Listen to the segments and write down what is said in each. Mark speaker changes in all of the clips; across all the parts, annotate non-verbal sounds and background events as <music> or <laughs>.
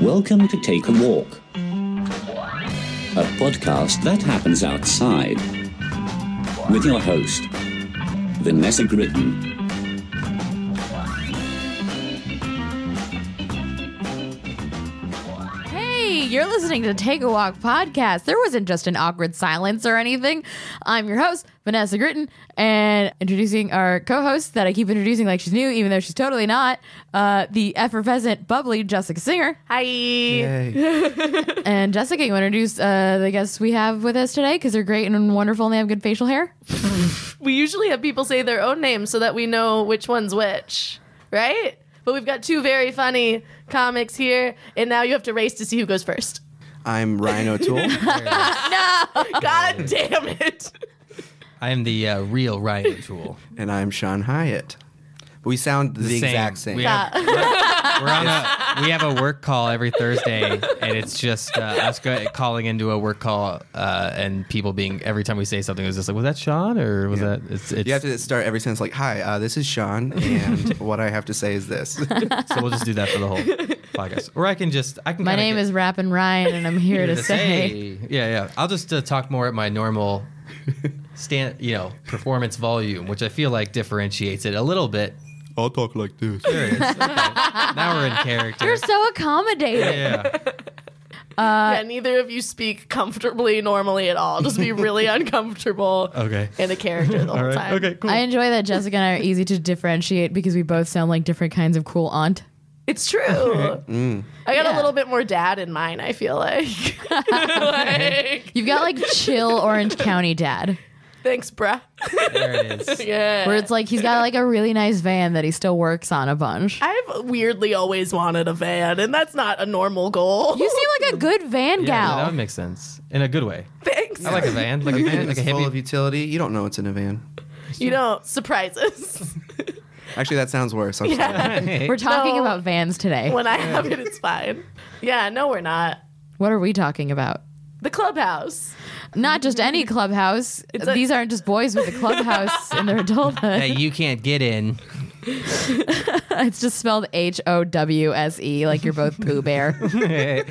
Speaker 1: Welcome to Take a Walk, a podcast that happens outside. With your host, Vanessa Gritton.
Speaker 2: Hey, you're listening to Take a Walk podcast. There wasn't just an awkward silence or anything. I'm your host, Vanessa Gritton, and introducing our co-host that I keep introducing like she's new, even though she's totally not, uh, the effervescent, bubbly Jessica Singer. Hi.
Speaker 3: Yay.
Speaker 2: And Jessica, you want to introduce uh, the guests we have with us today because they're great and wonderful and they have good facial hair?
Speaker 4: we usually have people say their own names so that we know which one's which, right? But we've got two very funny comics here, and now you have to race to see who goes first. <laughs>
Speaker 3: I'm Ryan O'Toole.
Speaker 4: God damn it.
Speaker 5: I am the uh, real Ryan
Speaker 3: <laughs>
Speaker 5: O'Toole.
Speaker 3: and I'm Sean Hyatt. We sound the, exact same.
Speaker 5: We have, we're on a, we have a work call every Thursday, and it's just uh, us go, calling into a work call, uh, and people being every time we say something, it's just like, was that Sean or was that? It's, it's,
Speaker 3: you have to start every sentence like, "Hi, uh, this is Sean, <laughs> and what I have to say is <laughs> this."
Speaker 5: so we'll just do that for the whole podcast, or I can just I can.
Speaker 2: My
Speaker 5: kinda
Speaker 2: name
Speaker 5: get-
Speaker 2: is Rappin' Ryan, and I'm here to
Speaker 5: just
Speaker 2: say.
Speaker 5: hey. yeah, yeah. I'll just uh, talk more at my normal stand, you know, performance volume, which I feel like differentiates it a little bit.
Speaker 3: I'll talk like this.
Speaker 5: There it is. Okay. now we're in character.
Speaker 2: You're so
Speaker 5: <laughs>
Speaker 2: accommodating.
Speaker 5: yeah.
Speaker 4: yeah, neither of you speak comfortably normally at all. Just be really uncomfortable
Speaker 2: <laughs>
Speaker 5: Okay.
Speaker 4: in a character the whole time.
Speaker 5: Cool.
Speaker 2: I enjoy that Jessica and I are easy to differentiate because we both sound like different kinds of cool aunt.
Speaker 4: It's true. I got
Speaker 2: Yeah.
Speaker 4: a little bit more dad in mine, I feel like. <laughs> like
Speaker 2: You've got like chill Orange County dad,
Speaker 4: thanks, bruh. <laughs>
Speaker 5: there it is.
Speaker 4: Yeah.
Speaker 2: where it's like he's got like a really nice van that he still works on a bunch.
Speaker 4: I've weirdly always wanted a van, and that's not a normal goal.
Speaker 2: You seem like a good van <laughs>
Speaker 5: Yeah,
Speaker 2: gal.
Speaker 5: that would make sense in a good way.
Speaker 4: Thanks.
Speaker 5: I like a van, like <laughs>
Speaker 3: A
Speaker 5: a,
Speaker 3: van is
Speaker 5: like a
Speaker 3: full of
Speaker 5: hippie.
Speaker 3: utility. You don't know it's in a van.
Speaker 4: You don't surprise us. <laughs>
Speaker 3: Actually, that sounds worse. I'm sorry.
Speaker 2: We're talking
Speaker 4: No.
Speaker 2: about vans today. What?
Speaker 4: when I have it, it's fine. Yeah, no, we're not.
Speaker 2: are we talking about?
Speaker 4: The clubhouse.
Speaker 2: Not just any clubhouse.
Speaker 4: a-
Speaker 2: These aren't just boys with a clubhouse in their adulthood.
Speaker 5: that you can't get in.
Speaker 2: It's just spelled H O W S E, like you're both Pooh Bear.
Speaker 3: <laughs> no,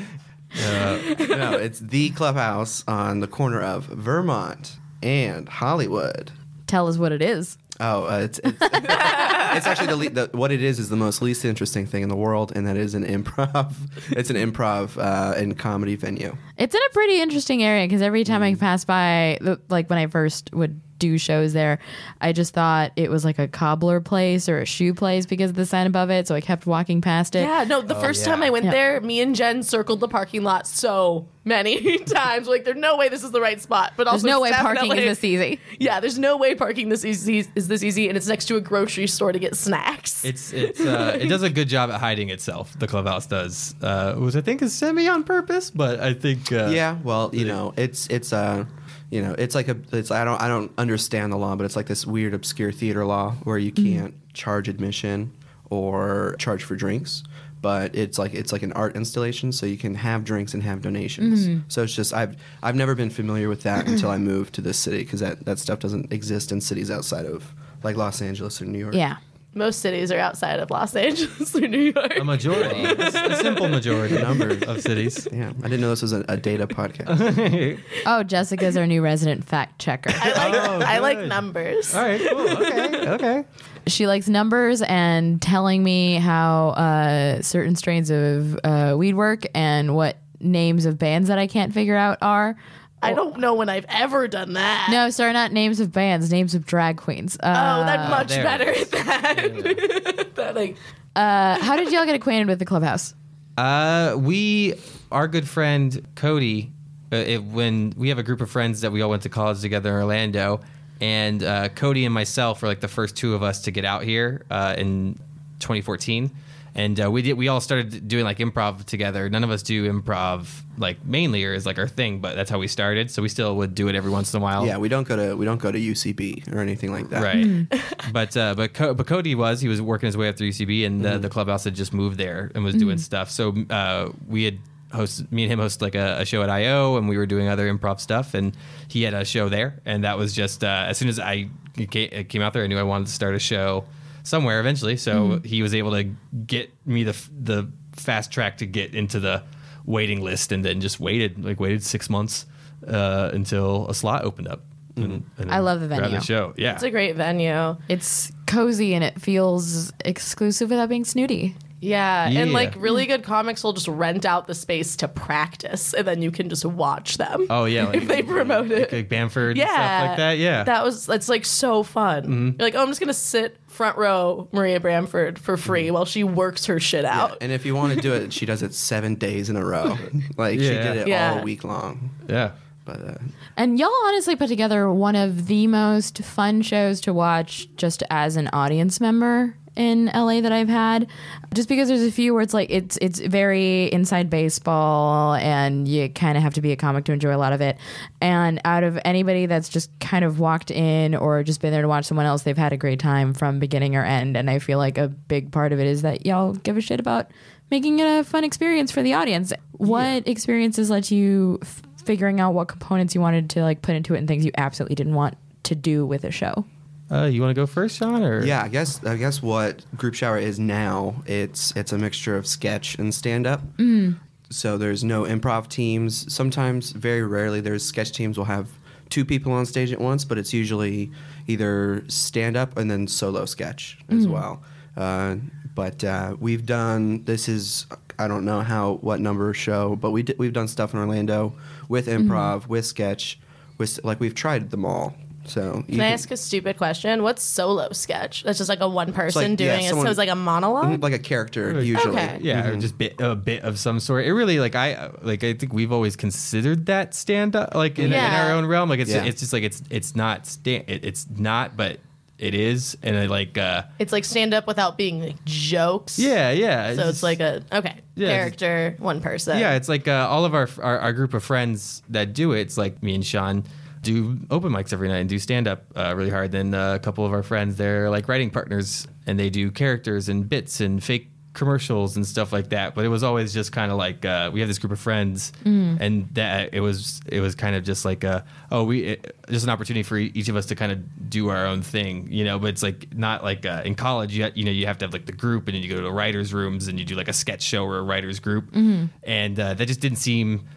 Speaker 3: it's the clubhouse on the corner of Vermont and Hollywood.
Speaker 2: Tell us what it is.
Speaker 3: Oh, uh, it's <laughs> it's, it's actually the, le- the what it is is the most least interesting thing in the world, and that is an improv. <laughs> It's an improv uh, and comedy venue.
Speaker 2: It's in a pretty interesting area because every time I pass by, the- like when I first would do shows there, I just thought it was like a cobbler place or a shoe place because of the sign above it. So I kept walking past it.
Speaker 4: Yeah, no, the
Speaker 5: Oh,
Speaker 4: first time I went
Speaker 2: Yeah.
Speaker 4: there, me and Jen circled the parking lot so many <laughs> times. Like, there's no way this is the right spot. But
Speaker 2: There's
Speaker 4: also,
Speaker 2: no way
Speaker 4: it's
Speaker 2: parking
Speaker 4: definitely-
Speaker 2: is this e- easy.
Speaker 4: <laughs> Yeah, there's no way parking this easy is this easy, and it's next to a grocery store to get snacks.
Speaker 5: It's it's uh, it does a good job at hiding itself. The clubhouse does, uh, which I think is semi on purpose, but I think uh,
Speaker 3: Yeah, well, you know, it's it's uh, you know, it's like a it's I don't I don't understand the law, but it's like this weird obscure theater law where you can't charge admission or charge for drinks, but it's like it's like an art installation, so you can have drinks and have donations. So it's just I've I've never been familiar with that until I moved to this city because that that stuff doesn't exist in cities outside of like Los Angeles or New York.
Speaker 2: Yeah.
Speaker 4: Most cities are outside of Los Angeles or New York.
Speaker 5: a majority, a simple majority number of cities. <laughs>
Speaker 3: Yeah, I didn't know this was a, a data podcast.
Speaker 2: Oh, Jessica's our new resident fact
Speaker 4: <laughs>
Speaker 2: checker.
Speaker 4: I like
Speaker 5: Oh,
Speaker 4: I like
Speaker 5: good. Oh.
Speaker 4: numbers.
Speaker 5: All right, cool. Okay, okay.
Speaker 2: She likes numbers and telling me how uh, certain strains of uh, weed work and what names of bands that I can't figure out are.
Speaker 4: I don't know when I've ever done that.
Speaker 2: No, sorry, not names of bands, names of drag queens. Uh,
Speaker 4: Oh, that's much
Speaker 5: there it
Speaker 4: better than <laughs> that. Like,
Speaker 2: uh, how did y'all get acquainted with the clubhouse?
Speaker 5: Uh, we, our good friend Cody, uh, it, when we have a group of friends that we all went to college together in Orlando, and uh, Cody and myself were like the first two of us to get out here uh, in 2014, and uh, we did. We all started doing like improv together. None of us do improv like mainly or is like our thing, but that's how we started. So we still would do it every once in a while.
Speaker 3: yeah, we don't go to we don't go to UCB or anything like that.
Speaker 2: Hmm.
Speaker 5: Right. <laughs> but uh, but Co- but Cody was he was working his way up through UCB, and
Speaker 4: Mm-hmm.
Speaker 5: the, the clubhouse had just moved there and was doing
Speaker 2: Mm-hmm.
Speaker 5: stuff. So uh, we had hosted me and him hosted like a, a show at IO, and we were doing other improv stuff, and he had a show there, and that was just uh, as soon as I ca- it came out there, I knew
Speaker 2: Mm-hmm.
Speaker 5: I wanted to start a show somewhere eventually. So he was able to get me the f- the fast track to get into the waiting list, and then just waited like waited six months uh, until a slot opened up. And, and
Speaker 2: Mm-hmm. I love the
Speaker 5: grabbed
Speaker 2: venue.
Speaker 5: The show, yeah.
Speaker 4: It's a great venue.
Speaker 2: It's cozy and it feels exclusive without being snooty.
Speaker 4: Yeah, and
Speaker 5: Yeah.
Speaker 4: like really good comics will just rent out the space to practice, and then you can just watch them.
Speaker 5: oh yeah, like,
Speaker 4: if <laughs> they promote it.
Speaker 5: like Bamford, and
Speaker 4: yeah,
Speaker 5: stuff like that. Yeah, Mm-hmm.
Speaker 4: that was that's like so fun. You're like, oh, I'm just gonna sit front row Maria Bramford for
Speaker 5: Mm-hmm.
Speaker 4: free while she works her shit out.
Speaker 3: And if you want to do it, she does it seven days in a row. Like she
Speaker 5: Yeah.
Speaker 3: did it
Speaker 4: Yeah.
Speaker 3: all week long.
Speaker 5: yeah.
Speaker 3: But uh,
Speaker 2: And y'all honestly put together one of the most fun shows to watch just as an audience member in LA that I've had. Just because there's a few where it's like it's it's very inside baseball and you kind of have to be a comic to enjoy a lot of it. And out of anybody that's just kind of walked in or just been there to watch someone else, they've had a great time from beginning or end. And I feel like a big part of it is that y'all give a shit about making it a fun experience for the audience. What experiences let you f- figuring out what components you wanted to like put into it and things you absolutely didn't want to do with a show.
Speaker 5: Uh, you want to go first, Sean? Or
Speaker 3: yeah, I guess I guess what group shower is now it's it's a mixture of sketch and stand up.
Speaker 4: Mm.
Speaker 3: So there's no improv teams. Sometimes, very rarely, there's sketch teams will have two people on stage at once, but it's usually either stand up and then solo sketch as
Speaker 4: Mm.
Speaker 3: well. Uh, but uh, we've done this is I don't know how what number show, but we did, we've done stuff in Orlando with
Speaker 4: Mm-hmm.
Speaker 3: improv, with sketch, with like we've tried them all. So you
Speaker 4: Can I ask a stupid question? What's solo sketch? That's just like a one person
Speaker 3: yeah,
Speaker 4: doing it.
Speaker 3: someone-
Speaker 4: so it's like a monologue.
Speaker 3: like a character usually.
Speaker 4: Okay.
Speaker 5: yeah, or just bit, a bit of some sort. It really like I like I think we've always considered that stand up like in, in
Speaker 4: Yeah.
Speaker 5: our own realm. Like it's
Speaker 3: Yeah.
Speaker 5: it's just like it's it's not stand it, it's not, but it is, and I like uh
Speaker 4: It's like stand up without being like jokes.
Speaker 5: yeah yeah.
Speaker 4: So it's like a okay
Speaker 5: Yeah, it's-
Speaker 4: character, one person.
Speaker 5: yeah, it's like uh, all of our, our our group of friends that do it. It's like me and Sean do open mics every night and do stand up uh, really hard. Then uh, a couple of our friends, they're like writing partners, and they do characters and bits and fake commercials and stuff like that. But it was always just kind of like uh, we have this group of friends, and that it was it was kind of just like uh, oh we it, just an opportunity for e-, each of us to kind of do our own thing, you know. But it's like not like uh, in college, you ha- you know you have to have like the group, and then you go to the writers' rooms and you do like a sketch show or a writers group,
Speaker 2: Mm-hmm.
Speaker 5: and uh, that just didn't seem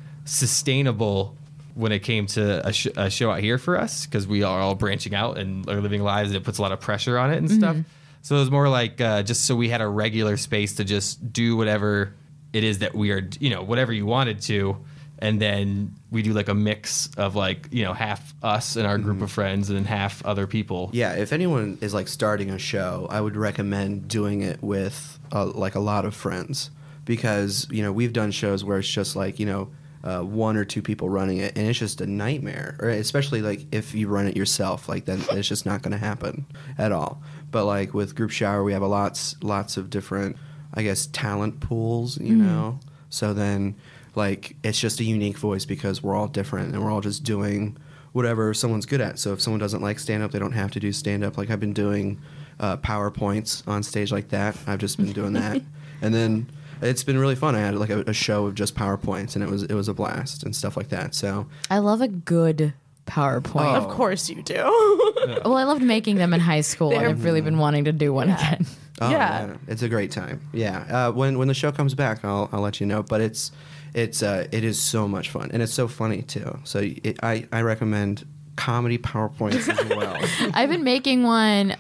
Speaker 5: sustainable when it came to a, sh- a show out here for us because we are all branching out and are living lives and it puts a lot of pressure on it and stuff.
Speaker 2: Mm-hmm.
Speaker 5: So it was more like uh, just so we had a regular space to just do whatever it is that we are, you know, whatever you wanted to. And then we do like a mix of like, you know, half us and our group of friends and then half other people.
Speaker 3: Yeah, if anyone is like starting a show, I would recommend doing it with uh, like a lot of friends because you know we've done shows where it's just like you know uh, one or two people running it, and it's just a nightmare. Or especially like if you run it yourself, like then it's just not going to happen at all. But like with group shower, we have a lots lots of different, I guess, talent pools. You know, so then like it's just a unique voice because we're all different and we're all just doing whatever someone's good at. So if someone doesn't like stand up, they don't have to do stand up. Like I've been doing uh, PowerPoints on stage like that. I've just been doing that, and then it's been really fun. I had like a, a show of just PowerPoints, and it was it was a blast and stuff like that. So
Speaker 2: I love a good PowerPoint.
Speaker 5: oh.
Speaker 4: Of course you do. <laughs>
Speaker 2: Well, I loved making them in high school and I've really been wanting to do one again. <laughs>
Speaker 3: oh,
Speaker 4: Yeah.
Speaker 3: it's a great time. Yeah, uh, when when the show comes back, I'll I'll let you know. But it's it's uh, it is so much fun, and it's so funny too. So it, I I recommend comedy PowerPoints as well.
Speaker 2: <laughs> I've been making one.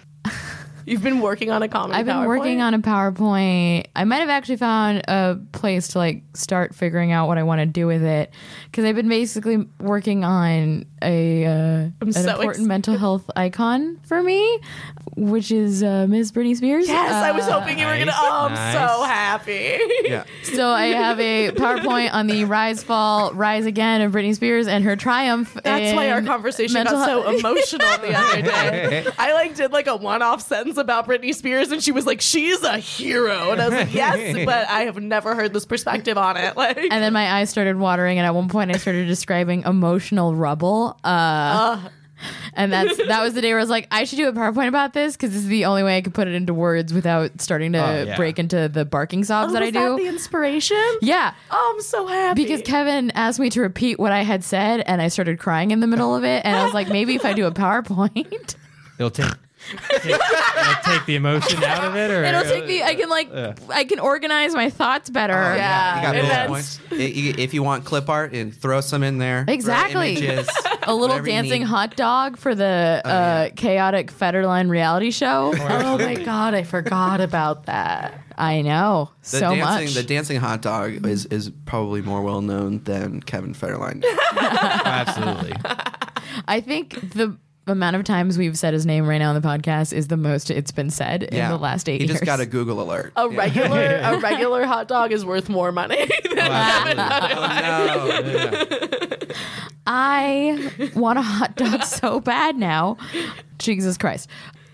Speaker 4: You've been working on a comedy.
Speaker 2: I've been working
Speaker 4: PowerPoint?
Speaker 2: on a PowerPoint. I might have actually found a place to like start figuring out what I want to do with it because I've been basically working on a uh, an
Speaker 4: so
Speaker 2: important
Speaker 4: excited.
Speaker 2: mental health icon for me, which is uh, Ms. Britney Spears.
Speaker 4: Yes, I
Speaker 2: Uh,
Speaker 4: was hoping you were gonna.
Speaker 5: nice,
Speaker 4: Oh, I'm
Speaker 5: nice.
Speaker 4: so happy.
Speaker 3: yeah.
Speaker 2: So I have a PowerPoint on the rise, fall, rise again of Britney Spears and her triumph.
Speaker 4: <laughs> That's why our
Speaker 2: in
Speaker 4: conversation
Speaker 2: mental
Speaker 4: got so
Speaker 2: health- <laughs>
Speaker 4: emotional the other
Speaker 5: <laughs>
Speaker 4: day. I like did like a one-off sentence about Britney Spears, and she was like, "She's a hero," and I was like,
Speaker 5: <laughs>
Speaker 4: "Yes," but I have never heard this perspective on it. <laughs> Like,
Speaker 2: And then my eyes started watering, and at one point I started describing emotional rubble. Uh, And that's that was the day where I was like, I should do a PowerPoint about this because this is the only way I could put it into words without starting to
Speaker 5: yeah.
Speaker 2: break into the barking sobs
Speaker 4: Oh, was
Speaker 2: that I do.
Speaker 4: the inspiration?
Speaker 2: yeah.
Speaker 4: Oh, I'm so happy
Speaker 2: Because Kevin asked me to repeat what I had said, and I started crying in the middle of it. And I was like, maybe if I do a PowerPoint,
Speaker 5: It'll take take, uh, take the emotion out of it, or
Speaker 2: It'll take me. I can like,
Speaker 5: Yeah.
Speaker 2: I can organize my thoughts better.
Speaker 4: Uh-huh. Yeah,
Speaker 3: you got
Speaker 4: and
Speaker 3: bullet
Speaker 4: that's-
Speaker 3: points. I- you- If you want clip art, and throw some in there. Throw
Speaker 2: Exactly.
Speaker 3: images,
Speaker 2: <laughs> A little
Speaker 3: whatever you
Speaker 2: dancing
Speaker 3: need.
Speaker 2: hot dog for
Speaker 3: Oh,
Speaker 2: the uh, chaotic Federline reality show.
Speaker 4: Oh
Speaker 3: <laughs>
Speaker 4: my god, I forgot about that.
Speaker 2: I know
Speaker 3: The
Speaker 2: so
Speaker 3: dancing,
Speaker 2: much.
Speaker 3: The dancing hot dog is is probably more well known than Kevin
Speaker 2: <laughs>
Speaker 3: Federline.
Speaker 5: absolutely.
Speaker 2: I think the amount of times we've said his name right now on the podcast is the most it's been said in the last eight
Speaker 3: he
Speaker 2: years.
Speaker 3: just got a Google alert.
Speaker 4: A regular
Speaker 5: <laughs>
Speaker 4: a regular hot dog is worth more money <laughs> than
Speaker 3: no.
Speaker 2: I want a hot <laughs> dog so bad now. Jesus Christ.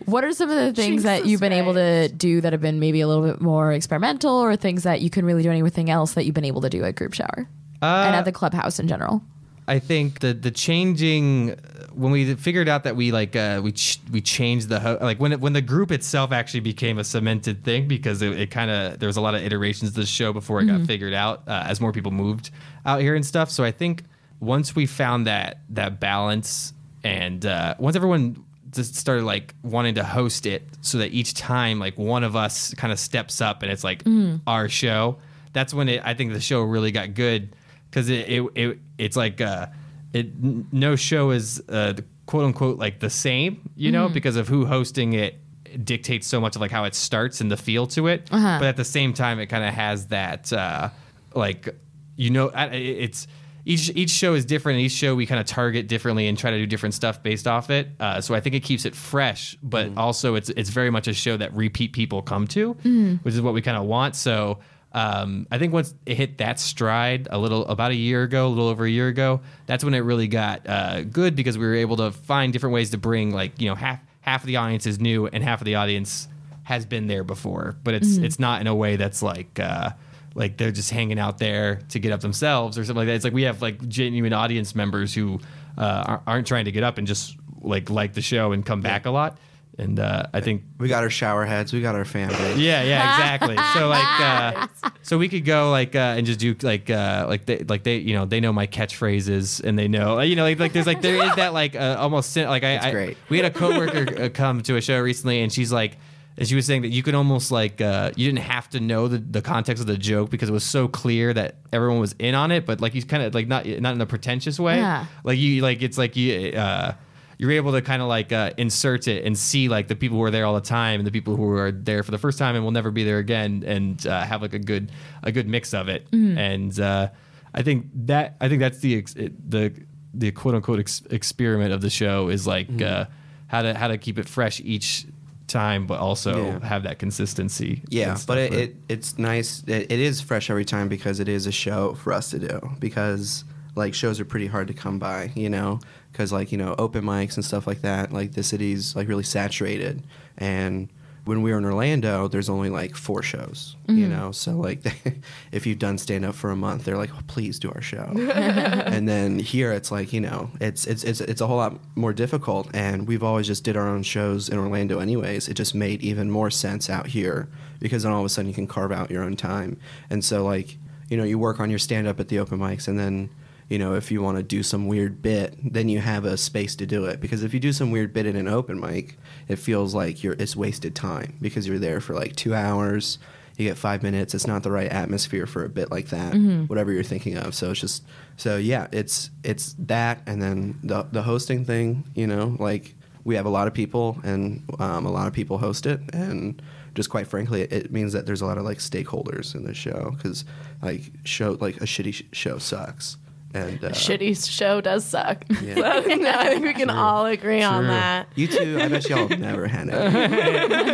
Speaker 2: What are some of the things that
Speaker 4: Jesus
Speaker 2: you've been able to do that have been maybe a little bit more experimental or things that you couldn't really do anything else that you've been able to do at group shower and at the clubhouse in general?
Speaker 5: I think the the changing uh, when we figured out that we like uh, we ch- we changed the ho- like when it, when the group itself actually became a cemented thing because it, it kind of there was a lot of iterations of the show before it got figured out uh, as more people moved out here and stuff. So I think once we found that that balance and uh, once everyone just started like wanting to host it so that each time like one of us kind of steps up and it's like our show. That's when it, I think the show really got good because it, it it it's like uh, it n- no show is uh, the quote unquote like the same, you know, because of who hosting it dictates so much of like how it starts and the feel to it. But at the same time, it kind of has that uh, like you know, I- I- it's. Each, each show is different. and Each show we kind of target differently and try to do different stuff based off it. Uh, so I think it keeps it fresh, but also it's it's very much a show that repeat people come to, which is what we kind of want. So um, I think once it hit that stride a little about a year ago, a little over a year ago, that's when it really got uh, good because we were able to find different ways to bring like you know half half of the audience is new and half of the audience has been there before, but it's it's not in a way that's like uh, like they're just hanging out there to get up themselves or something like that. It's like we have like genuine audience members who uh, ar- aren't trying to get up and just like like the show and come back a lot. And uh, I think
Speaker 3: We got our shower heads. We got our fan base.
Speaker 5: yeah, yeah, exactly. so like, uh, so we could go like uh, and just do like uh, like they like they you know they know my catchphrases and they know you know like, like there's like there is that like uh, almost sin- like I, I
Speaker 3: great.
Speaker 5: we had a coworker uh, come to a show recently and she's like. And she was saying that you could almost like uh, you didn't have to know the, the context of the joke because it was so clear that everyone was in on it, but like you kind of like not not in a pretentious way.
Speaker 2: Yeah.
Speaker 5: Like you like it's like you uh, you're able to kind of like uh, insert it and see like the people who are there all the time and the people who are there for the first time and will never be there again and uh, have like a good a good mix of it. And uh, I think that I think that's the ex- it- the the quote unquote ex- experiment of the show is like uh, how to how to keep it fresh each time but also
Speaker 3: Yeah.
Speaker 5: have that consistency.
Speaker 3: Yeah,
Speaker 5: and stuff.
Speaker 3: but it, it it's nice. It, it is fresh every time because it is a show for us to do. Because like shows are pretty hard to come by, you know. Because like you know open mics and stuff like that. Like the city's like really saturated. And when we were in Orlando, there's only like four shows, you
Speaker 5: Mm-hmm.
Speaker 3: know. So like <laughs> if you've done stand up for a month, they're like, "Oh, please do our
Speaker 5: <laughs>
Speaker 3: show. and then here it's like you know it's it's it's it's a whole lot more difficult. And we've always just did our own shows in Orlando anyways. It just made even more sense out here because then all of a sudden you can carve out your own time. And so like you know you work on your stand up at the open mics, and then you know if you want to do some weird bit, then you have a space to do it. Because if you do some weird bit at an open mic, it feels like you're it's wasted time because you're there for like two hours you get five minutes it's not the right atmosphere for a bit like that whatever you're thinking of so it's just so yeah it's it's that and then the, the hosting thing you know like we have a lot of people and um, a lot of people host it and just quite frankly it, it means that there's a lot of like stakeholders in the show because like show like a shitty sh- show sucks and uh,
Speaker 4: shitty show does suck.
Speaker 3: Yeah.
Speaker 4: <laughs> So, no, I think we can all agree on
Speaker 5: True.
Speaker 4: that.
Speaker 3: you two i bet y'all have never had it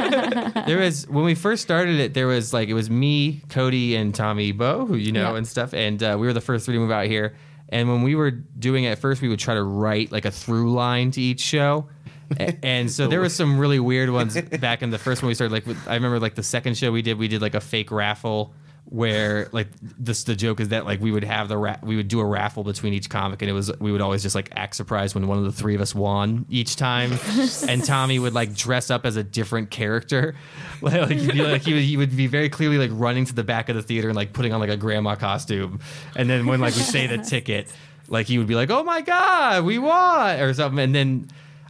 Speaker 5: there was when we first started it. There was like it was me, Cody, and Tommy Bo, who you know
Speaker 2: Yeah.
Speaker 5: and stuff, and uh, we were the first three to move out here. And when we were doing it at first, we would try to write like a through line to each show. A- and so there was some really weird ones back in the first one we started. Like with, I remember like the second show we did, we did like a fake raffle where like this the joke is that like we would have the ra- we would do a raffle between each comic and it was we would always just like act surprised when one of the three of us won each time and Tommy would like dress up as a different character <laughs> like, like, he'd be, like he, would, he would be very clearly like running to the back of the theater and like putting on like a grandma costume and then when like we say the ticket like he would be like oh my god we won or something and then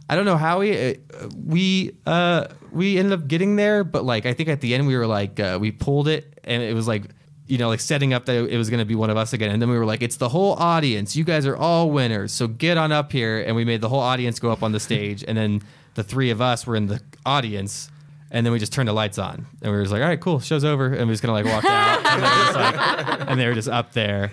Speaker 5: I don't know how we uh, we uh, we ended up getting there, but like I think at the end we were like uh, we pulled it, and it was like you know like setting up that it was going to be one of us again, and then we were like it's the whole audience. You guys are all winners, so get on up here, and we made the whole audience go up on the stage, and then the three of us were in the audience. And then we just turned the lights on, and we were just like, "All right, cool, show's over," and we just kind of like walked out, and, then just, like- and they were just up there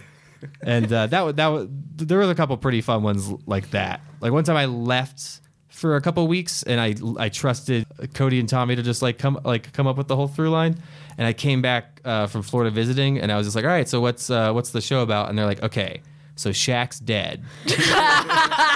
Speaker 5: and uh, that wa- that wa- there was a couple pretty fun ones l- like that. Like one time I left for a couple weeks, and I I trusted Cody and Tommy to just like come like come up with the whole through line, and I came back uh, from Florida visiting, and I was just like, all right, so what's uh, what's the show about? And they're like, okay. So Shaq's dead.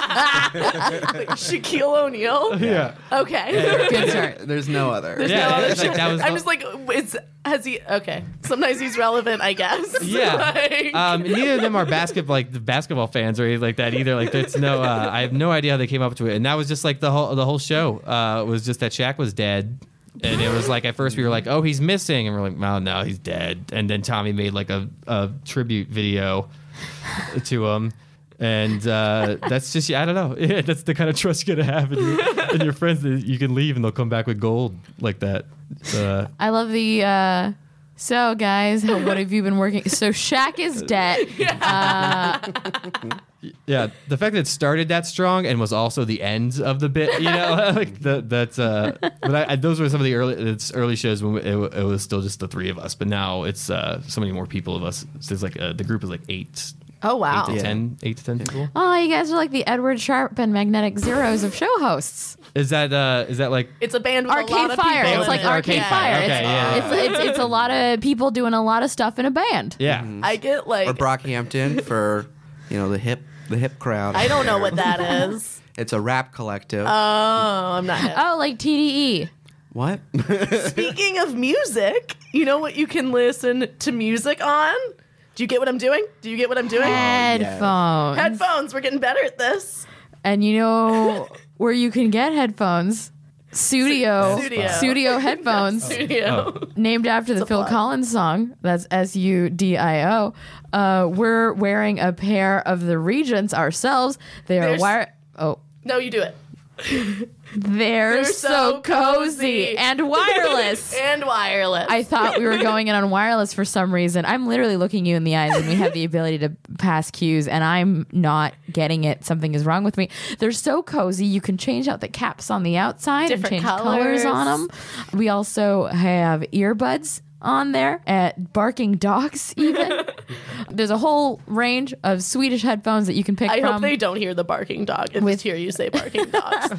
Speaker 4: Like Shaquille O'Neal.
Speaker 5: Yeah.
Speaker 4: Okay.
Speaker 2: Good start.
Speaker 3: There's no other.
Speaker 4: There's
Speaker 5: Yeah,
Speaker 4: no other
Speaker 5: it's like
Speaker 4: shit.
Speaker 5: that was
Speaker 4: I'm
Speaker 5: the-
Speaker 4: just like, it's has he? Okay. Sometimes he's relevant, I guess. <laughs>
Speaker 5: Yeah.
Speaker 4: Like-
Speaker 5: Um, neither of them are basketball like the basketball fans or anything like that either. Like that's no. Uh, I have no idea how they came up to it. And that was just like the whole the whole show uh, was just that Shaq was dead. And it was like at first we were like, oh, he's missing, and we're like, oh no, he's dead. And then Tommy made like a, a tribute video to him, and uh, that's just I don't know. <laughs> Yeah, that's the kind of trust you're gonna have in your, in your friends that you can leave and they'll come back with gold like that. Uh,
Speaker 2: I love the. Uh, so guys, <laughs> how- what have you been working? So Shaq is dead.
Speaker 5: Yeah, the fact that it started that strong and was also the end of the bit, you know, <laughs> like the, that's. Uh, but I, I, those were some of the early it's early shows when it, it was still just the three of us, but now it's uh, so many more people of us. So it's like uh, the group is like eight,
Speaker 4: oh wow.
Speaker 5: eight to
Speaker 3: Yeah.
Speaker 5: ten, eight to ten people.
Speaker 2: Oh, you guys are like the Edward Sharp and Magnetic Zeros of show hosts.
Speaker 5: Is that uh, is that like
Speaker 4: It's a band with a lot
Speaker 2: Arcade
Speaker 4: of
Speaker 2: Fire.
Speaker 4: people.
Speaker 2: It's
Speaker 4: in
Speaker 2: like
Speaker 4: it.
Speaker 2: Arcade
Speaker 4: Yeah.
Speaker 2: Fire.
Speaker 5: Okay,
Speaker 2: it's,
Speaker 5: yeah, yeah.
Speaker 2: It's, it's, it's a lot of people doing a lot of stuff in a band.
Speaker 5: yeah?
Speaker 4: I get like
Speaker 3: Or Brockhampton for you know the hip the hip crowd.
Speaker 4: I don't know what that is.
Speaker 3: It's a rap collective.
Speaker 4: Oh, I'm not.
Speaker 2: Oh, like TDE.
Speaker 3: what? <laughs>
Speaker 4: Speaking of music, you know what you can listen to music on? Do you get what I'm doing? Do you get what I'm doing? <laughs>
Speaker 2: Headphones.
Speaker 4: Headphones. We're getting better at this.
Speaker 2: and you know where you can get headphones? Studio. <laughs>
Speaker 4: Studio.
Speaker 5: Oh.
Speaker 2: headphones.
Speaker 4: Studio.
Speaker 2: named after the Phil
Speaker 4: plug.
Speaker 2: Collins song. That's S U D I O. Uh, we're wearing a pair of the Regents ourselves. They are
Speaker 4: They're
Speaker 2: wire. Oh,
Speaker 4: No, you do it.
Speaker 2: they're, so
Speaker 4: so
Speaker 2: cozy,
Speaker 4: cozy.
Speaker 2: and wireless.
Speaker 4: <laughs> and wireless.
Speaker 2: I thought
Speaker 4: <laughs>
Speaker 2: we were going in on wireless for some reason. I'm literally looking you in the eyes, and we have the ability to pass cues, and I'm not getting it. Something is wrong with me. They're so cozy. You can change out the caps on the outside
Speaker 4: Different
Speaker 2: and change colors
Speaker 4: colors.
Speaker 2: on them. We also have earbuds on there at barking dogs <laughs> even there's a whole range of swedish headphones that you can pick
Speaker 4: I
Speaker 2: from
Speaker 4: hope they don't hear the barking dog and just hear you say
Speaker 2: <laughs>
Speaker 4: barking dogs.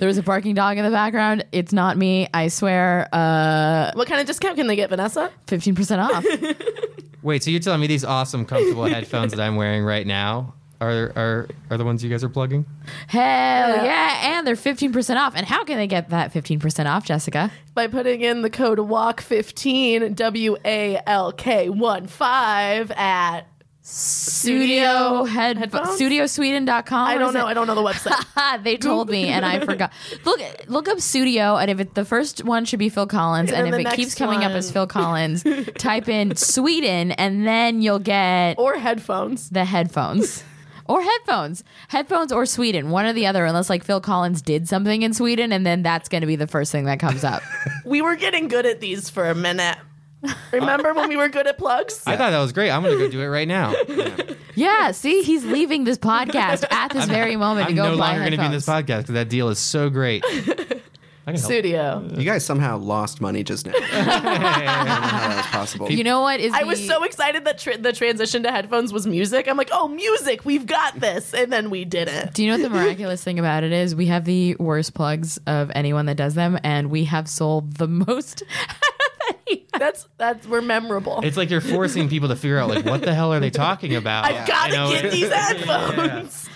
Speaker 2: there was a barking dog in the background it's not me i swear uh
Speaker 4: what kind of discount can they get, Vanessa?
Speaker 2: 15% off
Speaker 5: Wait, so you're telling me these awesome, comfortable headphones that I'm wearing right now are are are the ones you guys are plugging?
Speaker 2: Hell yeah. And they're 15% off. And how can they get that 15% off, Jessica?
Speaker 4: By putting in the code WALK15, W A L K 1 5 at.
Speaker 2: Studio head
Speaker 4: headphones?
Speaker 2: studiosweden.com.
Speaker 4: I
Speaker 2: or
Speaker 4: don't
Speaker 2: is it-
Speaker 4: know. I don't know
Speaker 2: <laughs>
Speaker 4: the website.
Speaker 2: Ah, they told me and I forgot. Look look up studio and if it, the first one should be Phil Collins
Speaker 4: And
Speaker 2: and,
Speaker 4: then
Speaker 2: if
Speaker 4: the
Speaker 2: it keeps
Speaker 4: next
Speaker 2: coming up
Speaker 4: one-
Speaker 2: as Phil
Speaker 4: <laughs>
Speaker 2: Collins, type in Sweden and then you'll get
Speaker 4: or headphones.
Speaker 2: the headphones. Or headphones, headphones, or Sweden, one or the other. Unless like Phil Collins did something in Sweden, and then that's going to be the first thing that comes up.
Speaker 4: We were getting good at these for a minute. Remember when we were good at plugs?
Speaker 5: I thought that was great. I'm gonna go do it
Speaker 2: <laughs>
Speaker 5: right now.
Speaker 2: Yeah, see, he's leaving this podcast at this very moment
Speaker 5: I'm
Speaker 2: to go
Speaker 5: no
Speaker 2: buy
Speaker 5: longer gonna be in
Speaker 2: headphones.
Speaker 5: this podcast because that deal is
Speaker 2: <laughs>
Speaker 5: so great. I can help.
Speaker 4: Studio.
Speaker 3: You guys somehow lost money just now. I don't know how that was possible.
Speaker 2: You know what is?
Speaker 4: I
Speaker 2: the-
Speaker 4: was so excited that tr the transition to headphones was music. I'm like, oh, music, we've got this, and then we didn't.
Speaker 2: Do you know what the miraculous thing about it is? We have the worst plugs of anyone that does them, and we have sold the most. <laughs>
Speaker 4: That's that's we're memorable.
Speaker 5: It's like you're forcing people to figure out like what the hell are they talking about?
Speaker 4: I've got
Speaker 5: You know,
Speaker 4: to get these
Speaker 5: <laughs>
Speaker 4: headphones.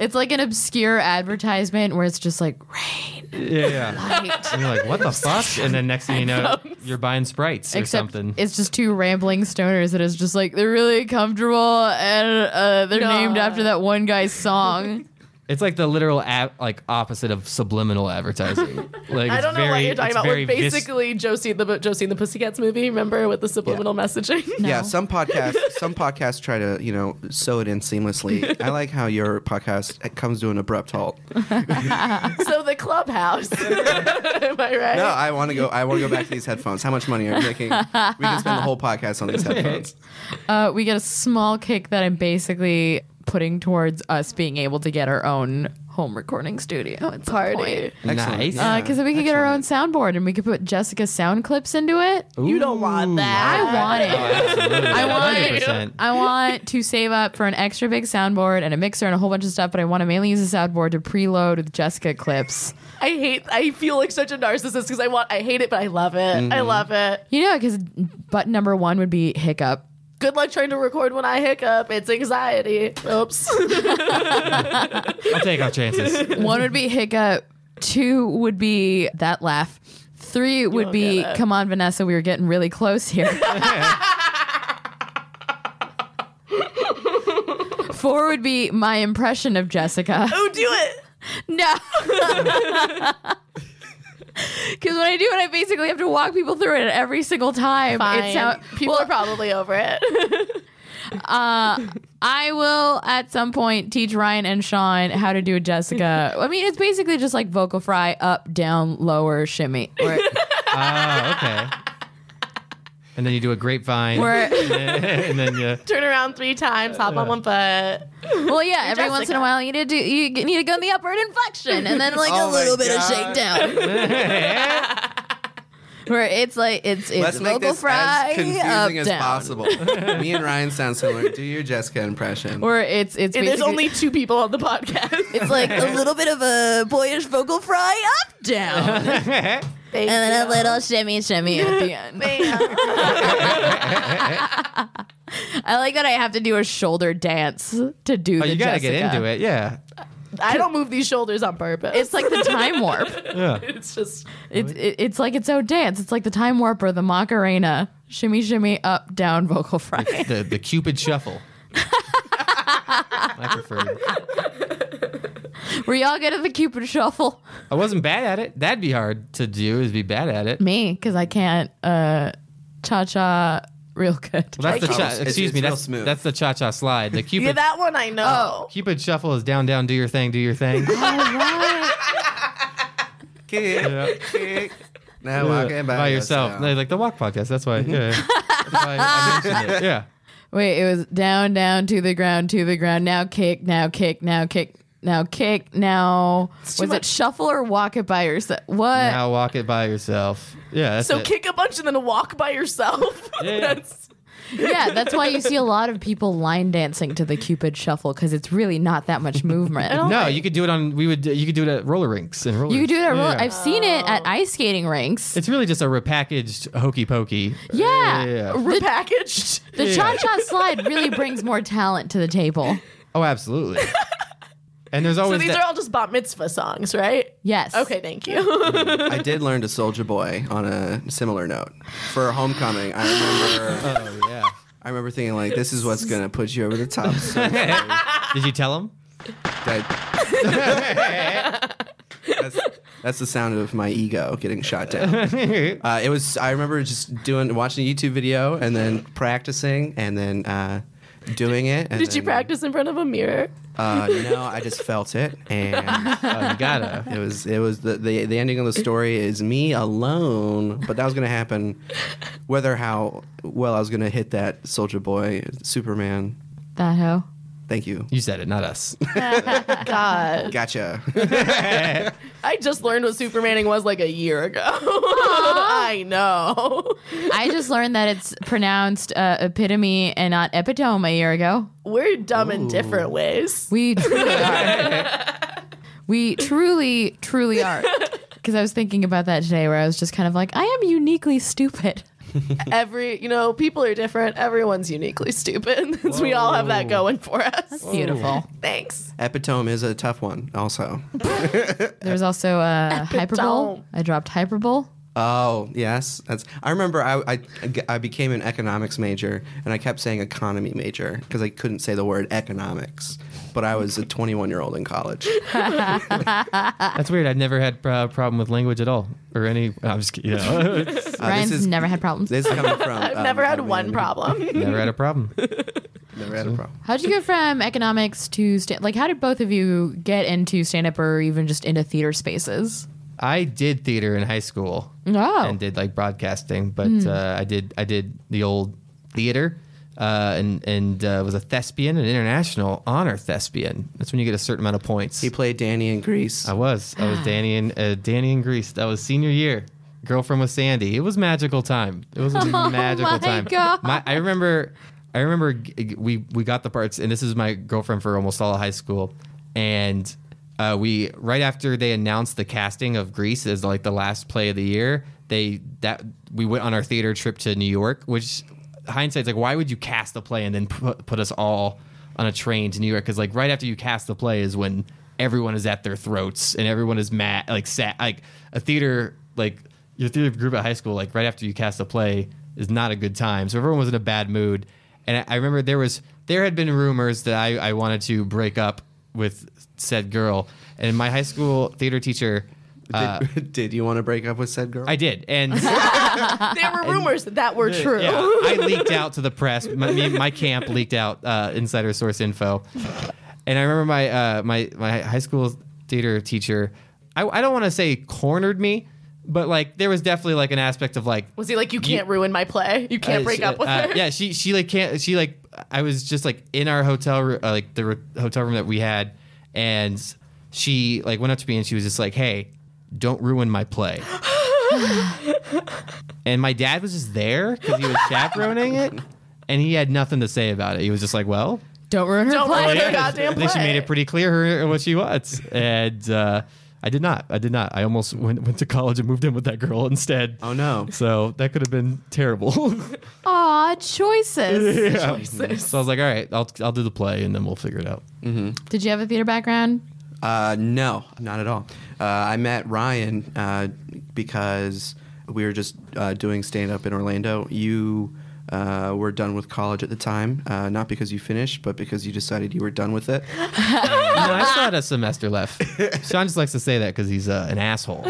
Speaker 2: It's like an obscure advertisement where it's just like rain.
Speaker 5: Yeah, yeah. And you're like, what the fuck? And then next thing you know, you're buying sprites or
Speaker 2: Except
Speaker 5: something.
Speaker 2: it's just two rambling stoners that is just like they're really comfortable and uh, they're named after that one guy's song.
Speaker 5: It's like the literal ad, like opposite of subliminal advertising.
Speaker 4: <laughs>
Speaker 5: Like
Speaker 4: I
Speaker 5: it's
Speaker 4: don't know what
Speaker 5: very-
Speaker 4: you're talking
Speaker 5: it's
Speaker 4: about.
Speaker 5: very
Speaker 4: Like
Speaker 5: vis-
Speaker 4: basically Josie the Josie and the Pussycats movie. Remember with the subliminal messaging?
Speaker 2: No.
Speaker 3: Yeah,
Speaker 2: <laughs>
Speaker 3: some podcasts some podcasts try to you know sew it in seamlessly. I like how your podcast comes to an abrupt
Speaker 5: <laughs>
Speaker 3: halt.
Speaker 4: so the clubhouse. Am I right?
Speaker 3: No, I want to go. I want to go back to these headphones. How much money are you making? We can spend the whole podcast
Speaker 5: <laughs>
Speaker 3: on these headphones.
Speaker 2: Uh, we get a small kick that I'm basically putting towards us being able to get our own home recording studio. It's
Speaker 4: Party.
Speaker 3: Excellent.
Speaker 5: Nice.
Speaker 3: Yeah.
Speaker 2: Because Uh, then we could get our own soundboard and we could put Jessica's sound clips into it.
Speaker 4: You don't want that.
Speaker 2: I want
Speaker 5: Oh,
Speaker 2: it. I want-
Speaker 5: 100%.
Speaker 2: I want to save up for an extra big soundboard and a mixer and a whole bunch of stuff, but I want to mainly use the soundboard to preload with Jessica clips.
Speaker 4: I hate. I feel like such a narcissist because I want. I hate it, but I love it. I love it.
Speaker 2: You know, because button number one would be hiccup.
Speaker 4: Good luck trying to record when I hiccup. It's anxiety. Oops.
Speaker 5: I'll take
Speaker 4: <laughs>
Speaker 5: our chances.
Speaker 2: One would be hiccup. Two would be that laugh. Three would
Speaker 4: won't
Speaker 2: be,
Speaker 4: get it.
Speaker 2: come on, Vanessa, we were getting really close <laughs> here. Four would be my impression of Jessica.
Speaker 4: oh, do it.
Speaker 2: No. <laughs> Because when I do it, I basically have to walk people through it every single time.
Speaker 4: Fine.
Speaker 2: It's how,
Speaker 4: People
Speaker 2: well,
Speaker 4: are probably over it. <laughs>
Speaker 2: I will at some point teach Ryan and Sean how to do a <laughs> Jessica. I mean, it's basically just like vocal fry up, down, lower, shimmy. Or-
Speaker 5: Oh, okay. And then you do a grapevine.
Speaker 2: Where,
Speaker 3: <laughs>
Speaker 5: <laughs> and
Speaker 4: <laughs>
Speaker 5: then you
Speaker 4: Turn around three times. Hop on one foot.
Speaker 2: well, yeah, every once in a
Speaker 4: Jessica.
Speaker 2: while you need to do, you g- need to go in the upward inflection, and then like
Speaker 3: <laughs> Oh
Speaker 2: a
Speaker 3: my
Speaker 2: little bit of
Speaker 3: God.
Speaker 2: shakedown.
Speaker 3: <laughs>
Speaker 2: <laughs> Where it's like it's it's
Speaker 3: Let's make
Speaker 2: vocal
Speaker 3: this
Speaker 2: fry
Speaker 3: as confusing
Speaker 2: up
Speaker 3: as
Speaker 2: down.
Speaker 3: possible. Me and Ryan sound similar. Do your Jessica impression.
Speaker 2: Where it's it's
Speaker 4: And there's
Speaker 2: basically-
Speaker 4: only two people on the podcast.
Speaker 2: it's like a little bit of a boyish vocal fry up
Speaker 3: <laughs>
Speaker 2: down, and
Speaker 5: Oh,
Speaker 4: Thank
Speaker 2: then a
Speaker 4: you.
Speaker 2: little shimmy shimmy at the end.
Speaker 4: Bam.
Speaker 2: I like that I have to do a shoulder dance to do.
Speaker 5: oh, you gotta get into it. Yeah.
Speaker 4: I <laughs> don't move these shoulders on purpose.
Speaker 2: It's like the time warp.
Speaker 5: Yeah.
Speaker 4: it's just
Speaker 2: It's it, it's like its own dance. It's like the time warp or the Macarena. Shimmy, shimmy, up, down, vocal fry.
Speaker 5: <laughs> The the
Speaker 4: <laughs>
Speaker 5: Cupid shuffle. I prefer.
Speaker 2: Were y'all good at the Cupid shuffle?
Speaker 5: I wasn't bad at it. That'd be hard to do. Is be bad at it.
Speaker 2: Me, because I can't uh, cha cha real good.
Speaker 5: Well, that's the
Speaker 3: Cha-cha.
Speaker 5: cha.
Speaker 3: It's-
Speaker 5: Excuse
Speaker 3: it's
Speaker 5: me.
Speaker 3: real
Speaker 5: That's
Speaker 3: smooth.
Speaker 5: that's the cha cha slide. The Cupid
Speaker 4: yeah. That one I
Speaker 2: Oh.
Speaker 4: know.
Speaker 5: Cupid shuffle is down down. Do your thing. Do your thing.
Speaker 3: Kick,
Speaker 5: Yeah.
Speaker 3: kick. Now walking by,
Speaker 5: by yourself. <laughs>
Speaker 3: yourself.
Speaker 5: Like the walk podcast. That's why. Yeah. That's why I mentioned it. Yeah.
Speaker 2: Wait, it was down, down, to the ground, to the ground. Now kick, now kick, now kick, now kick, now. Was
Speaker 4: too
Speaker 2: it
Speaker 4: much.
Speaker 2: shuffle or walk it by yourself? What?
Speaker 5: Now walk it by yourself. Yeah. That's
Speaker 4: So
Speaker 5: it.
Speaker 4: kick a bunch and then walk by yourself. <laughs>
Speaker 5: Yeah.
Speaker 4: That's
Speaker 2: <laughs> Yeah, that's why you see a lot of people line dancing to the Cupid shuffle because it's really not that
Speaker 5: <laughs>
Speaker 2: much movement.
Speaker 5: No, you could do it on. We would. You could do it at roller rinks and roller.
Speaker 2: You could do it at roller.
Speaker 5: Yeah.
Speaker 2: I've seen it at ice skating rinks.
Speaker 5: It's really just a repackaged hokey pokey.
Speaker 2: yeah.
Speaker 5: yeah.
Speaker 2: The,
Speaker 4: <laughs> repackaged.
Speaker 2: the cha-cha slide really brings more talent to the table.
Speaker 5: Oh, absolutely. and there's
Speaker 4: So
Speaker 5: always
Speaker 4: these
Speaker 5: that-
Speaker 4: are all just bat mitzvah songs, right?
Speaker 2: Yes.
Speaker 4: Okay, thank <laughs> you.
Speaker 3: I did learn to Soldier Boy on a similar note for homecoming. I remember.
Speaker 5: <laughs> <laughs> Oh yeah.
Speaker 3: I remember thinking like, this is what's gonna put you over the top. So
Speaker 5: Did you tell him?
Speaker 3: that, that's, that's the sound of my ego getting shot down. Uh, it was. I remember just doing watching a YouTube video and then practicing and then uh, doing it. and
Speaker 4: Did you
Speaker 3: then-
Speaker 4: practice in front of a mirror?
Speaker 3: Uh, no, I just felt it, and uh,
Speaker 5: oh, you gotta.
Speaker 3: it was it was the, the the ending of the story is me alone. But that was gonna happen, whether how well I was gonna hit that Soldier Boy Superman.
Speaker 2: That hoe.
Speaker 3: Thank you.
Speaker 5: You said it, not us.
Speaker 4: God,
Speaker 3: Gotcha.
Speaker 4: I just learned what Supermaning was like a year ago. <laughs> I know.
Speaker 2: I just learned that it's pronounced uh, epitome and not epitome a year ago.
Speaker 4: We're dumb in different ways.
Speaker 2: We truly are. we truly, truly are. Because I was thinking about that today where I was just kind of like, I am uniquely stupid.
Speaker 4: Every, you know, people are different. Everyone's uniquely stupid. <laughs> we all have that going for us.
Speaker 2: Beautiful.
Speaker 4: Thanks.
Speaker 3: Epitome is a tough one, also.
Speaker 2: There was also uh, hyperbole. I dropped hyperbole.
Speaker 3: Oh yes, that's. I remember I, I I became an economics major, and I kept saying economy major because I couldn't say the word economics. but I was a 21 year old
Speaker 4: <laughs>
Speaker 3: in college.
Speaker 5: That's weird. I've never had a problem with language at all or any. I'm just kidding. Yeah.
Speaker 3: Uh,
Speaker 2: Ryan's
Speaker 3: this is,
Speaker 2: never had problems.
Speaker 3: This is
Speaker 4: <laughs>
Speaker 3: coming from. um,
Speaker 5: Um,
Speaker 4: I've never had one
Speaker 3: problem.
Speaker 5: <laughs>
Speaker 4: problem.
Speaker 5: <laughs> never had a problem.
Speaker 3: Never had a problem.
Speaker 2: How'd you go from economics to stand? Like, how did both of you get into stand up or even just into theater spaces?
Speaker 5: I did theater in high school.
Speaker 2: Oh.
Speaker 5: And did like broadcasting, but uh, I did I did the old theater. Uh, and and uh, was a thespian, an international honor thespian. That's when you get a certain amount of points.
Speaker 3: He played Danny in Greece.
Speaker 5: I was. I was Danny and uh, Danny in Greece. That was senior year. Girlfriend with Sandy. It was magical time. It was
Speaker 2: <laughs>
Speaker 5: a magical
Speaker 2: Oh my
Speaker 5: time.
Speaker 2: God.
Speaker 5: My, I remember. I remember g- g- we we got the parts, and this is my girlfriend for almost all of high school, and. Uh, we right after they announced the casting of Greece as like the last play of the year, they that we went on our theater trip to New York, which hindsight's like, why would you cast a play and then put, put us all on a train to New York because like right after you cast the play is when everyone is at their throats and everyone is mad like sad like a theater like your theater group at high school like right after you cast a play is not a good time so everyone was in a bad mood and I, I remember there was there had been rumors that I, I wanted to break up with said girl and my high school theater teacher uh,
Speaker 3: did, <laughs> did you want to break up with said girl?
Speaker 5: I did and <laughs>
Speaker 4: there were rumors that that were true.
Speaker 5: yeah, I leaked out to the press. My, me, my camp leaked out uh, insider source info, and I remember my uh, my my high school theater teacher. I, I don't want to say cornered me, but like there was definitely like an aspect of like
Speaker 4: Was he like, you can't ruin my play? You can't
Speaker 5: uh,
Speaker 4: break
Speaker 5: she-
Speaker 4: up with
Speaker 5: uh,
Speaker 4: her?
Speaker 5: Yeah, she she like can't she like I was just like in our hotel room, uh, like the re- hotel room that we had, and she like went up to me and she was just like, "Hey, don't ruin
Speaker 4: <laughs>
Speaker 5: my play." and my dad was just there because he was chaperoning it, and he had nothing to say about it. He was just like, "Well."
Speaker 2: Don't ruin her
Speaker 4: Don't
Speaker 2: play.
Speaker 4: ruin her goddamn
Speaker 5: I
Speaker 4: play.
Speaker 5: think she made it pretty clear her, what she wants, and uh, I did not. I did not. I almost went, went to college and moved in with that girl instead.
Speaker 3: oh no.
Speaker 5: So that could have been terrible. <laughs>
Speaker 2: Aw,
Speaker 4: <laughs>
Speaker 2: choices.
Speaker 5: So I was like, all right, I'll I'll do the play and then we'll figure it out.
Speaker 2: did you have a theater background?
Speaker 3: Uh, no, not at all. Uh, I met Ryan uh, because we were just uh, doing stand up in Orlando. You uh, were done with college at the time, uh, not because you finished, but because you decided you were done with it.
Speaker 5: No, I still <laughs> had a semester left. Sean just likes to say that because he's uh, an <laughs> asshole.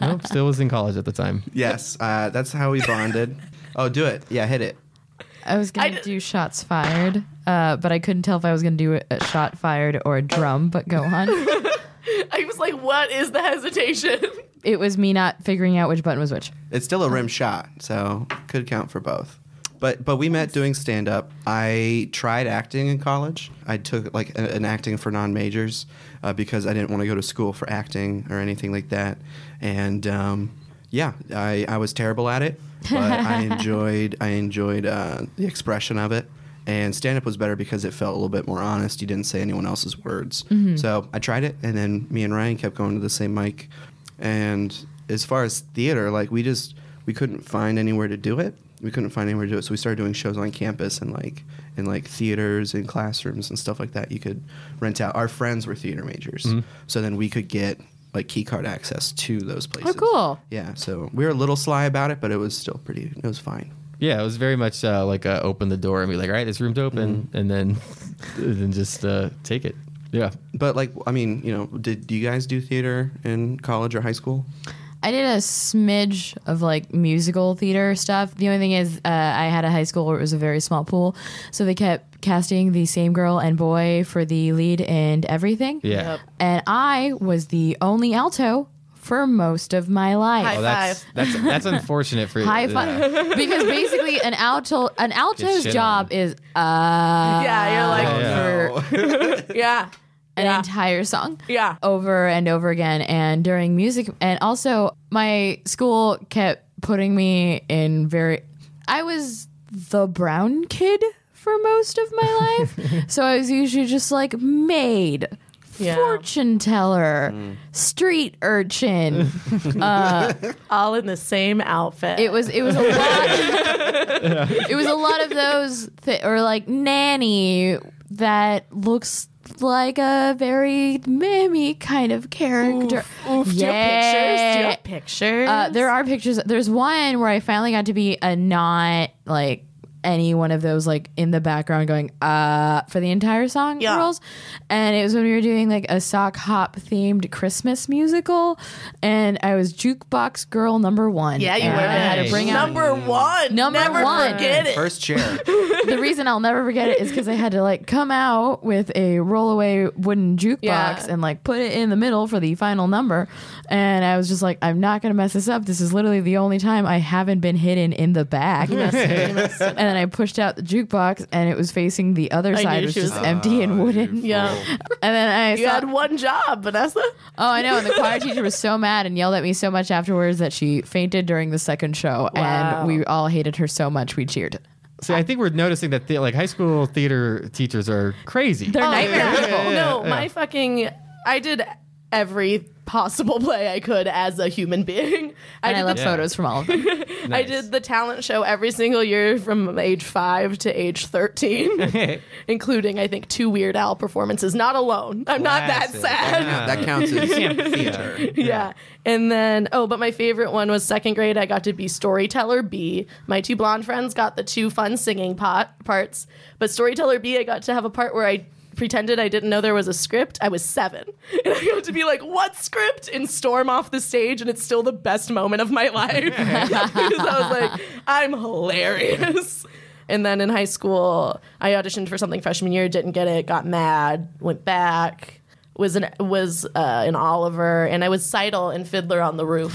Speaker 5: nope, still was in college at the time.
Speaker 3: yes, uh, that's how we bonded. Oh, do it. Yeah, hit it.
Speaker 2: I was
Speaker 4: I
Speaker 2: gonna
Speaker 4: d-
Speaker 2: do shots fired, uh, but I couldn't tell if I was gonna do a, a shot fired or a drum. But go
Speaker 4: <laughs>
Speaker 2: on.
Speaker 4: <laughs> I was like, what is the hesitation? <laughs>
Speaker 2: it was me not figuring out which button was which.
Speaker 3: It's still a rim shot, so could count for both. But but we met doing stand up. I tried acting in college. I took like a- an acting for non majors uh, because I didn't want to go to school for acting or anything like that. And um, yeah, I, I was terrible at it, but I enjoyed I enjoyed uh, the expression of it. And stand up was better because it felt a little bit more honest. You didn't say anyone else's words. So I tried it, and then me and Ryan kept going to the same mic and as far as theater like we just we couldn't find anywhere to do it we couldn't find anywhere to do it so we started doing shows on campus and like in like theaters and classrooms and stuff like that you could rent out our friends were theater majors so then we could get like key card access to those places
Speaker 2: cool.
Speaker 3: yeah so we were a little sly about it but it was still pretty it was fine
Speaker 5: Yeah, it was very much uh, like uh, open the door and be like, all right, this room's open, and then <laughs> and then just uh, take it. Yeah,
Speaker 3: but like i mean you know did do you guys do theater in college or high school
Speaker 2: I did a smidge of like musical theater stuff. The only thing is, uh, I had a high school where it was a very small pool, so they kept casting the same girl and boy for the lead and everything.
Speaker 5: yeah.
Speaker 4: Yep.
Speaker 2: And I was the only alto for most of my life.
Speaker 4: High
Speaker 5: Oh, that's that's that's unfortunate <laughs> for
Speaker 2: High
Speaker 5: yeah.
Speaker 2: five. because basically an alto an alto's
Speaker 5: shit
Speaker 2: job
Speaker 5: on.
Speaker 2: is uh
Speaker 4: yeah, you're like,
Speaker 5: yeah.
Speaker 2: for
Speaker 4: yeah,
Speaker 2: an
Speaker 4: Yeah.
Speaker 2: entire song.
Speaker 4: yeah.
Speaker 2: over and over again and during music and also my school kept putting me in very I was the brown kid for most of my
Speaker 4: <laughs>
Speaker 2: life. so I was usually just like maid,
Speaker 4: Yeah. Mm.
Speaker 2: fortune teller, street urchin.
Speaker 4: All in the same outfit.
Speaker 2: It was it was a lot It was a lot of those thi- or like nanny that looks like a very mimmy kind of character.
Speaker 4: Oof, do you
Speaker 2: Yeah.
Speaker 4: have pictures? Do you have pictures?
Speaker 2: Uh, there are pictures. There's one where I finally got to be a not like any one of those like in the background going uh for the entire song
Speaker 4: Yeah.
Speaker 2: rolls. And it was when we were doing like a sock hop themed Christmas musical, and I was jukebox girl number one.
Speaker 4: Yeah, you
Speaker 2: And
Speaker 4: were.
Speaker 2: I had to
Speaker 5: Nice.
Speaker 2: bring out
Speaker 4: number one.
Speaker 2: Number
Speaker 4: Never
Speaker 2: one.
Speaker 4: Forget it.
Speaker 3: First chair.
Speaker 4: <laughs>
Speaker 2: the reason I'll never forget it is because I had to like come out with a rollaway wooden jukebox
Speaker 4: Yeah.
Speaker 2: and like put it in the middle for the final number. And I was just like, I'm not gonna mess this up. This is literally the only time I haven't been hidden in the
Speaker 4: <laughs>
Speaker 2: back. and then I pushed out the jukebox and it was facing the other
Speaker 4: I
Speaker 2: side,
Speaker 4: knew
Speaker 2: which
Speaker 4: she
Speaker 2: was
Speaker 4: was-
Speaker 2: empty and wooden.
Speaker 4: Yeah.
Speaker 2: <laughs> And then I
Speaker 4: You
Speaker 2: saw-
Speaker 4: had one job, Vanessa.
Speaker 2: Oh, I know. And the choir teacher was so mad and yelled at me so much afterwards that she fainted during the second show.
Speaker 4: Wow.
Speaker 2: And we all hated her so much we cheered.
Speaker 5: See, I think we're noticing that the, like high school theater teachers are crazy.
Speaker 2: They're nightmare people.
Speaker 4: Oh, no, my fucking. I did every possible play I could as a human being. I
Speaker 2: And I,
Speaker 4: did
Speaker 2: love
Speaker 4: the,
Speaker 5: Yeah.
Speaker 2: photos from all of them.
Speaker 4: <laughs> I
Speaker 5: Nice. <laughs>
Speaker 4: did the talent show every single year from age five to age <laughs> thirteen, including I think two Weird Al performances. Not alone. I'm not that
Speaker 5: Classic.
Speaker 4: sad.
Speaker 5: <laughs> Yeah.
Speaker 3: that counts as
Speaker 5: theater.
Speaker 4: yeah. And then, oh, but my favorite one was second grade. I got to be storyteller B. My two blonde friends got the two fun singing pot parts, but storyteller B, I got to have a part where I pretended I didn't know there was a script. I was seven, <laughs> and I got to be like, "What script?" and storm off the stage, and it's still the best moment of my life <laughs> because I was like, "I'm hilarious." And then in high school, I auditioned for something freshman year, didn't get it, got mad, went back, was an was uh, an Oliver, and I was Seidel and Fiddler on the Roof.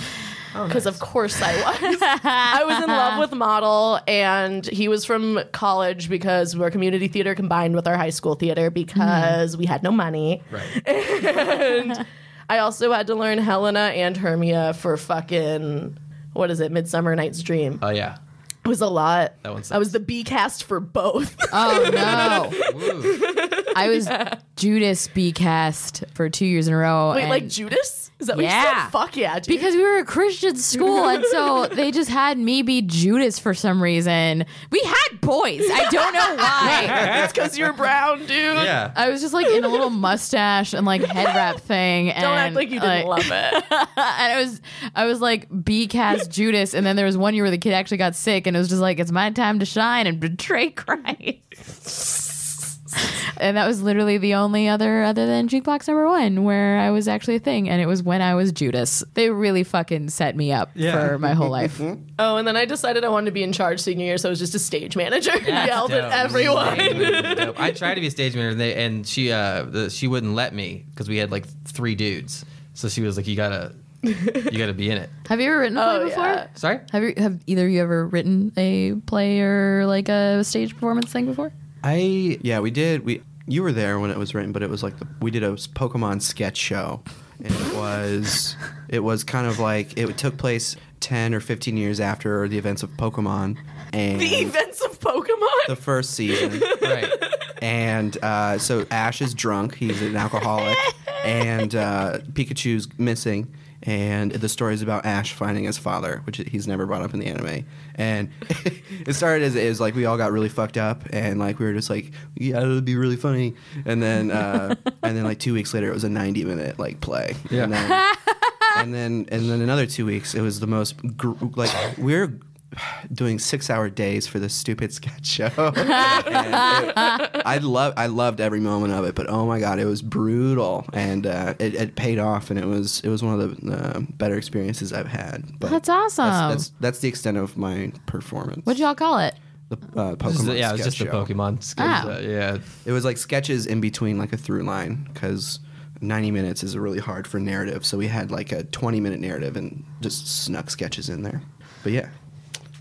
Speaker 2: Oh,
Speaker 4: Because of course I
Speaker 2: <laughs>
Speaker 4: was. I was in love with model, and he was from college because we're community theater combined with our high school theater because we had no money.
Speaker 5: Right.
Speaker 4: I also had to learn Helena and Hermia for fucking what is it, Midsummer Night's Dream.
Speaker 5: Oh yeah. <laughs>
Speaker 4: It was a lot.
Speaker 5: That one sucks.
Speaker 4: I was the B cast for both. <laughs>
Speaker 2: Oh no!
Speaker 5: Woo.
Speaker 2: I was Judas B cast for two years in a row.
Speaker 4: Wait,
Speaker 2: and-
Speaker 4: like Judas? Is that what you
Speaker 2: Yeah.
Speaker 4: said? Fuck yeah, dude.
Speaker 2: because we were a Christian school, and so they just had me be Judas for some reason. We had boys. I don't
Speaker 4: <laughs>
Speaker 2: know why.
Speaker 4: <laughs> it's because you're brown, dude.
Speaker 5: Yeah. <laughs>
Speaker 2: I was just like in a little mustache and like head wrap thing. And, uh,
Speaker 4: Don't act like you didn't love it.
Speaker 2: and I was I was like B
Speaker 4: <laughs>
Speaker 2: cast Judas, and then there was one year where the kid actually got sick, and it was just like it's my time to shine and betray <laughs> Christ. and that was literally the only other other than jukebox number one where I was actually a thing, and it was when I was Judas. They really fucking set me up
Speaker 5: Yeah.
Speaker 2: for my whole life.
Speaker 4: Oh, and then I decided I wanted to be in charge senior year, so I was just a stage manager and
Speaker 5: That's
Speaker 4: yelled
Speaker 5: dope.
Speaker 4: at everyone.
Speaker 5: Dope. I tried to be a stage manager, and, they, and she uh, the, she wouldn't let me because we had like three dudes. So she was like, "You gotta, you gotta be in it."
Speaker 2: Have you ever written a play
Speaker 4: Oh,
Speaker 2: before?
Speaker 4: yeah.
Speaker 5: Sorry.
Speaker 2: Have you have either of you ever written a play or like a stage performance thing before?
Speaker 5: I
Speaker 3: Yeah, we did. We you were there when it was written, but it was like the, we did a Pokemon sketch show, and it was it was kind of like it took place ten or fifteen years after the events of Pokemon and
Speaker 4: the <laughs> events of Pokemon.
Speaker 3: the first season.
Speaker 5: right.
Speaker 3: And uh, so Ash is drunk. He's an alcoholic, and uh, Pikachu's missing. And the story is about Ash finding his father, which he's never brought up in the anime. And <laughs> it started as is like we all got really fucked up, and like we were just like, yeah, it'll be really funny. And then, uh, and then like two weeks later, it was a ninety-minute like play.
Speaker 5: Yeah.
Speaker 3: And then, and then and then another two weeks it was the most gr- like we're doing six hour days for this stupid sketch show <laughs> And it- i love i loved every moment of it but oh my god it was brutal and uh, it, it paid off and it was it was one of the uh, better experiences i've had but
Speaker 2: That's awesome.
Speaker 3: that's, that's, that's the extent of my performance
Speaker 2: What'd y'all call it?
Speaker 3: the uh, pokemon
Speaker 5: Just the- yeah, it was
Speaker 3: sketch
Speaker 5: just the
Speaker 3: show.
Speaker 5: Pokemon. sketch,
Speaker 2: Wow.
Speaker 5: uh, yeah.
Speaker 3: it was like sketches in between like a through line because 90 minutes is really hard for narrative so we had like a 20 minute narrative and just snuck sketches in there but yeah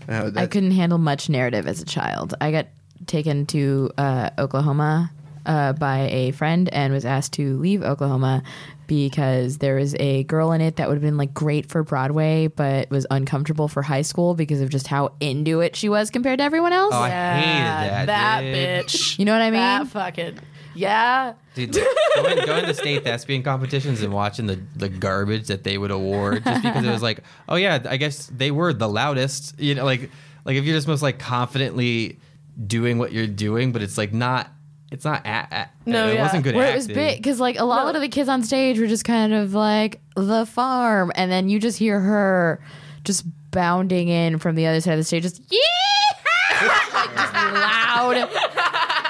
Speaker 3: uh,
Speaker 2: I
Speaker 3: that-
Speaker 2: couldn't handle much narrative as a child. I got taken to uh, Oklahoma uh, by a friend and was asked to leave Oklahoma because there was a girl in it that would have been like great for Broadway, but was uncomfortable for high school because of just how into it she was compared to everyone else.
Speaker 5: Oh, I
Speaker 4: Yeah,
Speaker 5: hated that.
Speaker 4: that
Speaker 5: dude.
Speaker 4: bitch.
Speaker 2: You know what I
Speaker 4: That
Speaker 2: mean?
Speaker 4: fucking. Yeah.
Speaker 5: Dude, going, going to state thespian competitions and watching the, the garbage that they would award just because it was like, oh yeah, I guess they were the loudest. You know, like like if you're just most like confidently doing what you're doing, but it's like not, it's not. A, a,
Speaker 4: No,
Speaker 5: it
Speaker 4: yeah.
Speaker 5: wasn't good.
Speaker 2: Where it was
Speaker 5: acting.
Speaker 2: big because like a lot of the kids on stage were just kind of like the farm, and then you just hear her just bounding in from the other side of the stage, just yeah, <laughs> like, just loud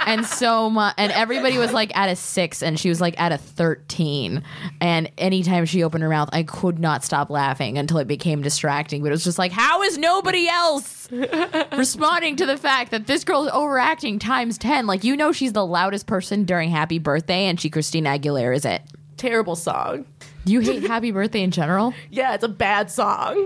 Speaker 2: and so much. And everybody was like at a six, and she was like at a 13. And anytime she opened her mouth, I could not stop laughing until it became distracting. But it was just like, how is nobody else responding to the fact that this girl is overacting times 10? Like, you know, she's the loudest person during Happy Birthday, and she, Christina Aguilera, is it.
Speaker 4: Terrible song.
Speaker 2: Do you hate Happy Birthday in general?
Speaker 4: Yeah, it's a bad song.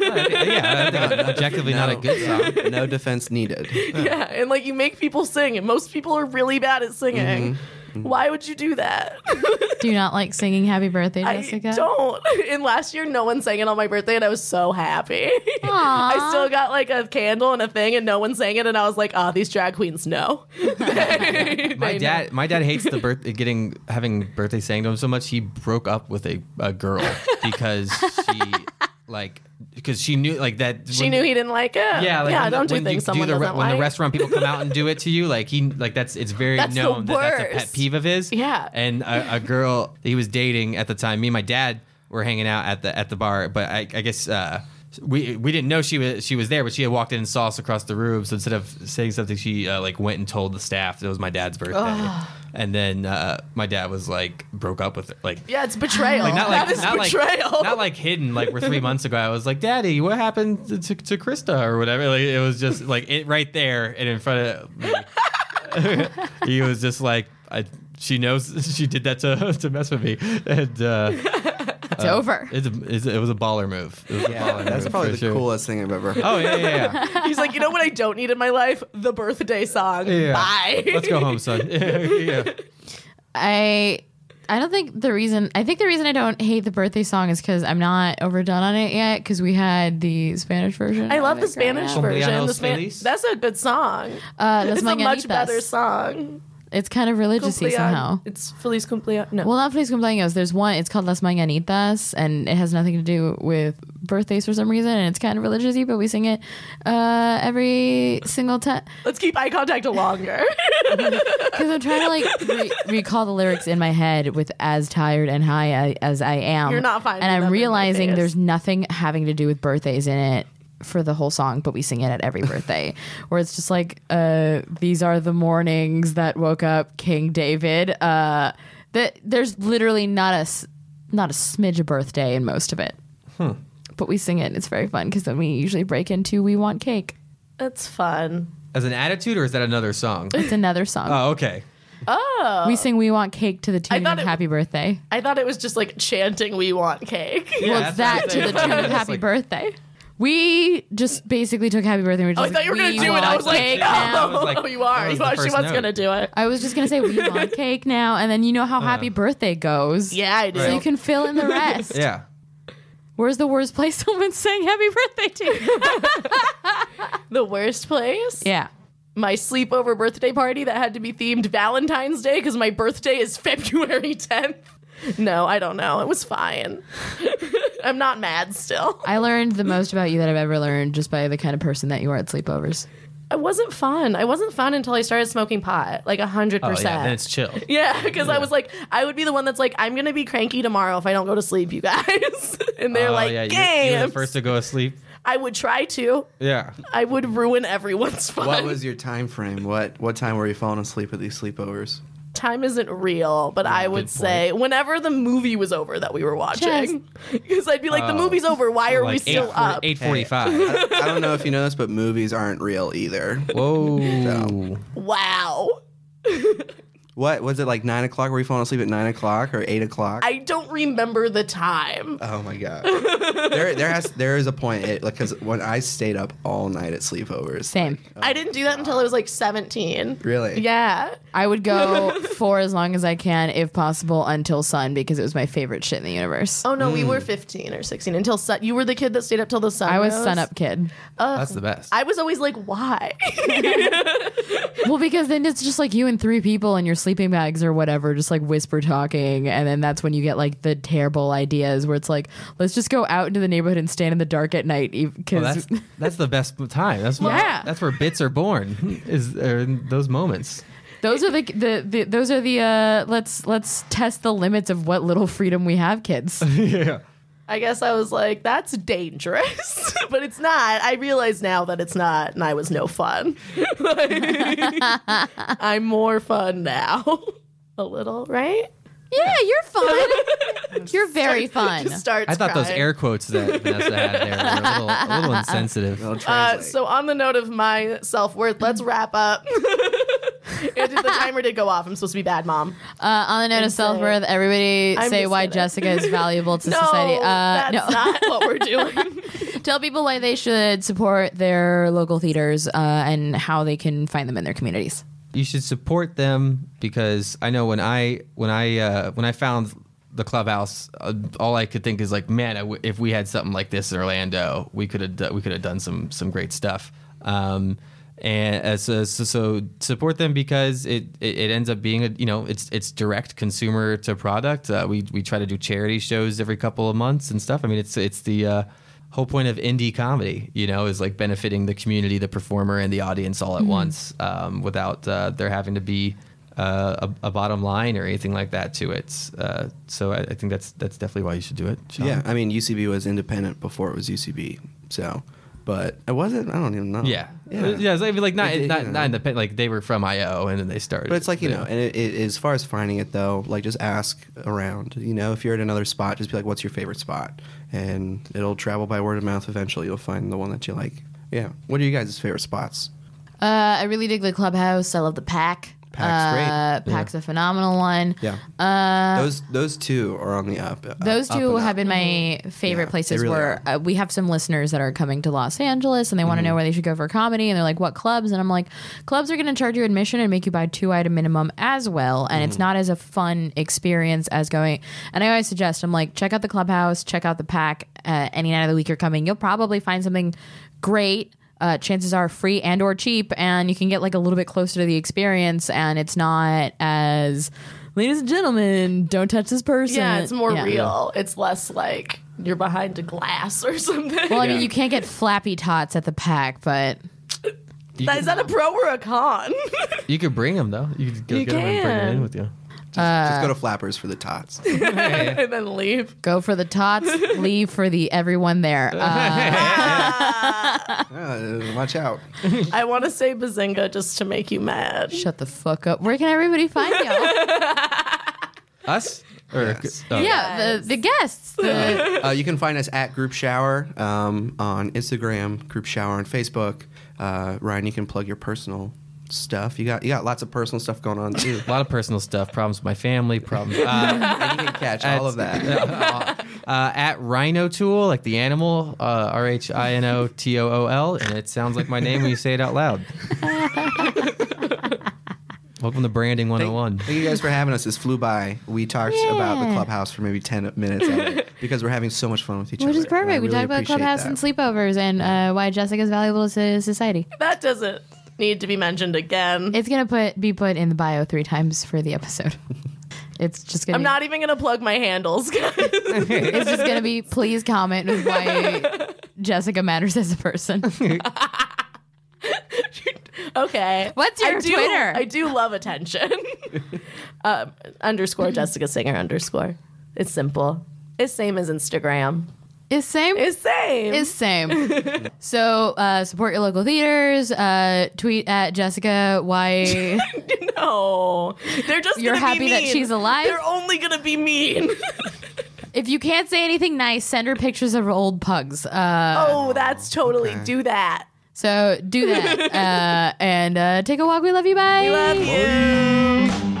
Speaker 5: yeah, uh, objectively not a
Speaker 3: No.
Speaker 5: good
Speaker 3: <laughs>
Speaker 5: song.
Speaker 3: no defense needed.
Speaker 4: Yeah, and like you make people sing, and most people are really bad at singing.
Speaker 5: Mm-hmm.
Speaker 4: Why would you do that? <laughs>
Speaker 2: Do you not like singing Happy Birthday,
Speaker 4: I
Speaker 2: Jessica?
Speaker 4: don't. <laughs> And last year, no one sang it on my birthday, and I was so happy. <laughs> I still got like a candle and a thing, and no one sang it, and I was like, "Ah, these drag queens
Speaker 5: <laughs>
Speaker 4: know." <laughs>
Speaker 5: My dad, my dad hates the birth getting having birthday sang to him so much. He broke up with a, a girl because she like because she knew like that
Speaker 4: She
Speaker 5: when-
Speaker 4: knew he didn't like it.
Speaker 5: Yeah, like
Speaker 4: yeah.
Speaker 5: when the-
Speaker 4: Don't do
Speaker 5: when you
Speaker 4: things someone
Speaker 5: the, re-
Speaker 4: doesn't
Speaker 5: when
Speaker 4: like.
Speaker 5: the restaurant people come out and do it to you. Like he, like that's it's very
Speaker 4: That's the
Speaker 5: known that that's a pet
Speaker 4: worst.
Speaker 5: peeve of his.
Speaker 4: Yeah.
Speaker 5: and a, a girl he was dating at the time. Me and my dad were hanging out at the at the bar, but I, I guess. Uh, we, we didn't know she was she was there, but she had walked in and saw us across the room. So instead of saying something, she uh, like went and told the staff that it was my dad's birthday, and then uh, my dad was like broke up with her. Like
Speaker 4: yeah, it's betrayal.
Speaker 5: like not like
Speaker 4: that is
Speaker 5: not like,
Speaker 4: betrayal.
Speaker 5: not like hidden. Like we're three months ago, I was like, "Daddy, what happened to, to, to Krista or whatever?" Like it was just like it right there and in front of. Me. <laughs> he was just like, I, "She knows <laughs> she did that to to mess with me," and uh,
Speaker 2: It's over.
Speaker 5: it's, a- it's, it was a baller move. It was a baller
Speaker 3: That's
Speaker 5: move
Speaker 3: probably
Speaker 5: for
Speaker 3: the
Speaker 5: sure.
Speaker 3: coolest thing I've ever heard.
Speaker 5: Oh yeah, yeah,
Speaker 4: <laughs>
Speaker 5: yeah.
Speaker 4: He's like, you know what I don't need in my life? The birthday song.
Speaker 5: Yeah.
Speaker 4: Bye.
Speaker 5: Let's go home, son. <laughs> yeah.
Speaker 2: I I don't think the reason I think the reason I don't hate the birthday song is because I'm not overdone on it yet because we had the Spanish version.
Speaker 4: I
Speaker 2: of
Speaker 4: love
Speaker 2: it
Speaker 4: the
Speaker 2: growing
Speaker 4: Spanish
Speaker 2: up.
Speaker 4: version.
Speaker 5: Cumpleaños
Speaker 4: The Span-
Speaker 5: feliz.
Speaker 4: that's a good song.
Speaker 2: Uh, Las
Speaker 4: it's a much better
Speaker 2: Mañanitas.
Speaker 4: song.
Speaker 2: It's kind of religious
Speaker 4: Cumplea-
Speaker 2: somehow.
Speaker 4: It's Feliz Cumpleaños. No.
Speaker 2: Well, not Feliz Cumpleaños. There's one. It's called Las Mañanitas, and it has nothing to do with birthdays for some reason. And it's kind of religious but we sing it uh, every single time.
Speaker 4: Let's keep eye contact longer.
Speaker 2: <laughs> Because I'm trying to
Speaker 4: <laughs>
Speaker 2: like re- recall the lyrics in my head with as tired and high a- as I am.
Speaker 4: You're not finding
Speaker 2: And
Speaker 4: them in
Speaker 2: I'm
Speaker 4: my
Speaker 2: realizing
Speaker 4: face.
Speaker 2: there's nothing having to do with birthdays in it for the whole song, but we sing it at
Speaker 4: <laughs>
Speaker 2: every birthday. Where it's just like, uh, these are the mornings that woke up King David. Uh, that there's literally not a s- not a smidge of birthday in most of it.
Speaker 4: Hmm.
Speaker 2: But we sing it. and It's very fun because then we usually break into "We Want Cake."
Speaker 4: That's fun.
Speaker 5: As an attitude, or is that another song?
Speaker 2: It's another song.
Speaker 5: Oh, okay.
Speaker 2: we sing "We Want Cake" to the tune
Speaker 4: Uh. thought
Speaker 2: of
Speaker 4: it-
Speaker 2: "Happy Birthday."
Speaker 4: I thought it was just like chanting, "We want cake."
Speaker 5: Yeah,
Speaker 2: well, it's that
Speaker 5: that's what
Speaker 2: to
Speaker 5: I'm
Speaker 2: the
Speaker 5: saying.
Speaker 2: tune of
Speaker 5: It's
Speaker 2: Happy
Speaker 5: like-
Speaker 2: Birthday. We just basically took Happy Birthday. and we were
Speaker 4: Oh, I
Speaker 2: just
Speaker 4: thought you were
Speaker 2: like,
Speaker 4: gonna
Speaker 2: "We
Speaker 4: do it. I
Speaker 2: want
Speaker 4: was like,
Speaker 2: cake
Speaker 4: <laughs> no,
Speaker 2: now."
Speaker 5: was like-
Speaker 4: you are.
Speaker 5: that was
Speaker 4: You
Speaker 5: the
Speaker 4: are. She
Speaker 5: first
Speaker 4: was
Speaker 5: note.
Speaker 4: gonna do it.
Speaker 2: I was just gonna say we
Speaker 4: <laughs>
Speaker 2: want cake now, and then you know how Happy Birthday goes.
Speaker 4: Yeah, I do.
Speaker 2: So you can fill
Speaker 4: <laughs>
Speaker 2: in the rest.
Speaker 5: Yeah.
Speaker 2: Where's the worst place <laughs> someone's saying Happy Birthday to?
Speaker 4: <laughs>
Speaker 2: you?
Speaker 4: The worst place.
Speaker 2: yeah.
Speaker 4: My sleepover birthday party that had to be themed Valentine's Day because my birthday is <laughs> February 10th. No, I don't know. It was fine. <laughs> I'm not mad still.
Speaker 2: I learned the most about you that I've ever learned just by the kind of person that you are at sleepovers.
Speaker 4: I wasn't fun. I wasn't fun until I started smoking pot, like hundred
Speaker 5: Oh, yeah. Then
Speaker 4: percent.
Speaker 5: it's chill.
Speaker 4: <laughs> Yeah, because I was like, I would be the one that's like, I'm gonna be cranky tomorrow if I don't go to sleep, you guys. <laughs> and they're
Speaker 5: Oh,
Speaker 4: like,
Speaker 5: yeah.
Speaker 4: games.
Speaker 5: You're, you're the first to go asleep.
Speaker 4: I would try to. <laughs>
Speaker 5: Yeah.
Speaker 4: I would ruin everyone's fun.
Speaker 3: What was your time frame? What what time were you falling asleep at these sleepovers?
Speaker 4: Time isn't real, but I would
Speaker 5: good
Speaker 4: say whenever the movie was over that we were watching, <laughs> because I'd be like, the
Speaker 5: Oh.
Speaker 4: movie's over. Why are we
Speaker 5: like
Speaker 4: still up?
Speaker 5: eight <laughs> forty-five.
Speaker 3: I don't know if you know this, but movies aren't real either.
Speaker 5: Whoa!
Speaker 4: Wow.
Speaker 3: What was it like? Nine o'clock? Were you falling asleep at nine o'clock or eight o'clock?
Speaker 4: I don't remember the time.
Speaker 3: oh my god. there there has there is a point it, like because when I stayed up all night at sleepovers.
Speaker 2: Same.
Speaker 5: Oh.
Speaker 4: I didn't do that until I was like 17.
Speaker 3: Really?
Speaker 4: Yeah.
Speaker 2: I would
Speaker 4: <laughs>
Speaker 2: go for as long as I can, if possible, until sun because it was my favorite shit in the universe.
Speaker 4: Oh no,
Speaker 5: Hmm.
Speaker 4: we were 15 or 16 until sun. You were the kid that stayed up till the sun.
Speaker 2: I was
Speaker 4: rose?
Speaker 2: sun up kid.
Speaker 5: That's the best.
Speaker 4: I was always like, why?
Speaker 2: Well, because then it's just like you and three people in your sleeping bags or whatever, just like whisper talking. And then that's when you get like the terrible ideas where it's like, let's just go out into the neighborhood and stand in the dark at night. e-,
Speaker 5: Well,
Speaker 2: Because
Speaker 5: that's that's the best <laughs> time. That's where,
Speaker 2: Yeah.
Speaker 5: That's where bits are born. <laughs> Is are in those moments.
Speaker 2: those are the, the, the, those
Speaker 4: <laughs>
Speaker 2: are the, uh, let's, let's test the limits of what little freedom we have kids.
Speaker 5: <laughs> yeah.
Speaker 4: I guess I was like, that's dangerous, <laughs> but it's not. I realize now that it's not, and I was no fun. <laughs> I'm more fun now. <laughs> A little, right?
Speaker 2: Yeah, you're fun. <laughs> you're very fun.
Speaker 4: Just starts
Speaker 5: I thought those
Speaker 4: crying.
Speaker 5: air quotes that Vanessa had there were a little, a
Speaker 4: <laughs>
Speaker 5: little insensitive.
Speaker 3: I'll
Speaker 4: Uh,
Speaker 3: translate.
Speaker 4: so on the note of my self worth, let's wrap up. <laughs> and the timer did go off. I'm supposed to be bad mom.
Speaker 2: Uh, on the note of
Speaker 4: say-
Speaker 2: self worth, everybody
Speaker 4: I'm
Speaker 2: say
Speaker 4: just
Speaker 2: why
Speaker 4: gonna-
Speaker 2: Jessica is valuable to
Speaker 4: <laughs> No,
Speaker 2: society. Uh,
Speaker 4: that's
Speaker 2: no,
Speaker 4: not
Speaker 2: <laughs>
Speaker 4: what we're doing.
Speaker 2: tell people why they should support their local theaters uh, and how they can find them in their communities.
Speaker 5: You should support them because I know when I when I uh, when I found the clubhouse, uh, all I could think is like, man, I w- if we had something like this in Orlando, we could have do- we could have done some some great stuff. Um, and uh, so, so, so support them because it, it, it ends up being a you know it's it's direct consumer to product. Uh, we we try to do charity shows every couple of months and stuff. I mean it's it's the uh, whole point of indie comedy, you know, is like benefiting the community, the performer, and the audience all at once um, without uh, there having to be uh, a, a bottom line or anything like that to it. Uh, so I, I think that's that's definitely why you should do it. Sean.
Speaker 3: yeah, I mean UCB was independent before it was UCB, so but it wasn't. I don't even know.
Speaker 5: Yeah.
Speaker 3: yeah.
Speaker 5: Yeah. yeah so I mean, like not,
Speaker 3: It- it-
Speaker 5: not,
Speaker 3: you know.
Speaker 5: not independent. Like they were from IO and then they started.
Speaker 3: But it's like you
Speaker 5: Yeah.
Speaker 3: know, and it, it, as far as finding it though, like just ask around. You know, if you're at another spot, just be like, "What's your favorite spot?" And it'll travel by word of mouth. Eventually, you'll find the one that you like. Yeah. What are you guys' favorite spots?
Speaker 2: Uh, I really dig the clubhouse. I love the pack.
Speaker 3: Pack's
Speaker 2: uh, Pack's a phenomenal one.
Speaker 3: Yeah.
Speaker 2: Uh,
Speaker 3: those those two are on the up. up-
Speaker 2: Those
Speaker 3: uh, up
Speaker 2: two
Speaker 3: and
Speaker 2: have
Speaker 3: up.
Speaker 2: been my favorite
Speaker 3: Yeah, they
Speaker 2: places
Speaker 3: really
Speaker 2: where uh, we have some listeners that are coming to Los Angeles and they
Speaker 3: Mm-hmm.
Speaker 2: want to know where they should go for comedy and they're like, what clubs? And I'm like, clubs are going to charge you admission and make you buy two item minimum as well. And
Speaker 3: Mm-hmm.
Speaker 2: it's not as a fun experience as going. And I always suggest, I'm like, check out the clubhouse, check out the pack. Uh, any night of the week you're coming, you'll probably find something great. Uh, chances are free and or cheap and you can get like a little bit closer to the experience and it's not as ladies and gentlemen don't touch this person
Speaker 4: <laughs> Yeah, it's more
Speaker 2: Yeah.
Speaker 4: real. It's less like you're behind a glass or something.
Speaker 2: Well, I mean, you can't get flappy tots at the pack, but
Speaker 4: <laughs>
Speaker 5: you,
Speaker 4: Is that a pro or a con? <laughs>
Speaker 5: could, you could bring them though. You could go
Speaker 4: You
Speaker 5: get them and bring them
Speaker 4: can.
Speaker 5: in with you.
Speaker 3: Just
Speaker 2: uh,
Speaker 3: go to Flappers for the tots.
Speaker 4: <laughs>
Speaker 3: <laughs>
Speaker 4: and then leave.
Speaker 2: go for the tots, leave for the everyone there. Uh,
Speaker 3: Uh, watch out.
Speaker 4: I want to say Bazinga just to make you mad.
Speaker 2: shut the fuck up. Where can everybody find
Speaker 3: <laughs>
Speaker 2: you?
Speaker 5: <laughs> Us or
Speaker 3: Yes.
Speaker 5: oh.
Speaker 2: yeah, the, the guests. The,
Speaker 3: <laughs> Uh, you can find us at Group Shower um, on Instagram, Group Shower on Facebook. Uh, Ryan, you can plug your personal stuff. You got you got lots of personal stuff going on too.
Speaker 5: A lot of personal stuff. Problems with my family. Problems.
Speaker 2: <laughs>
Speaker 5: Uh,
Speaker 3: and you can catch all of that.
Speaker 5: <laughs> uh, at Rhino Tool, like the animal, uh, R H I N O T O O L, and it sounds like my name when you say it out loud. Welcome to Branding 101.
Speaker 3: Thank you guys for having us. This flew by. We talked about the clubhouse for maybe ten minutes of it because we're having so much fun with each other.
Speaker 2: which is
Speaker 3: and I
Speaker 2: perfect. we
Speaker 3: really
Speaker 2: talked about
Speaker 3: appreciate
Speaker 2: clubhouse
Speaker 3: that.
Speaker 2: and sleepovers and uh, why Jessica's valuable to society.
Speaker 4: That doesn't need to be mentioned again.
Speaker 2: It's gonna put be put in the bio three times for the episode. <laughs> It's just gonna.
Speaker 4: I'm not even gonna plug my handles, <laughs> guys.
Speaker 2: It's just gonna be. Please comment with
Speaker 3: <laughs>
Speaker 2: why Jessica matters as a person.
Speaker 4: okay.
Speaker 2: What's your
Speaker 4: I do,
Speaker 2: Twitter?
Speaker 4: I do love attention. <laughs> um, underscore Jessica Singer underscore. It's simple. It's same as Instagram.
Speaker 2: Is same.
Speaker 4: It's same.
Speaker 2: is same. <laughs> so uh, support your local theaters. Uh, tweet at Jessica <laughs> why
Speaker 4: <laughs> no. They're just
Speaker 2: You're
Speaker 4: gonna be
Speaker 2: happy that
Speaker 4: mean.
Speaker 2: she's alive?
Speaker 4: They're only gonna
Speaker 2: <laughs>
Speaker 4: be mean.
Speaker 2: if you can't say anything nice, send her pictures of old pugs. Uh,
Speaker 4: oh, that's totally do that.
Speaker 2: <laughs> so do that uh, and uh, take a walk. We love you. Bye.
Speaker 4: We love you.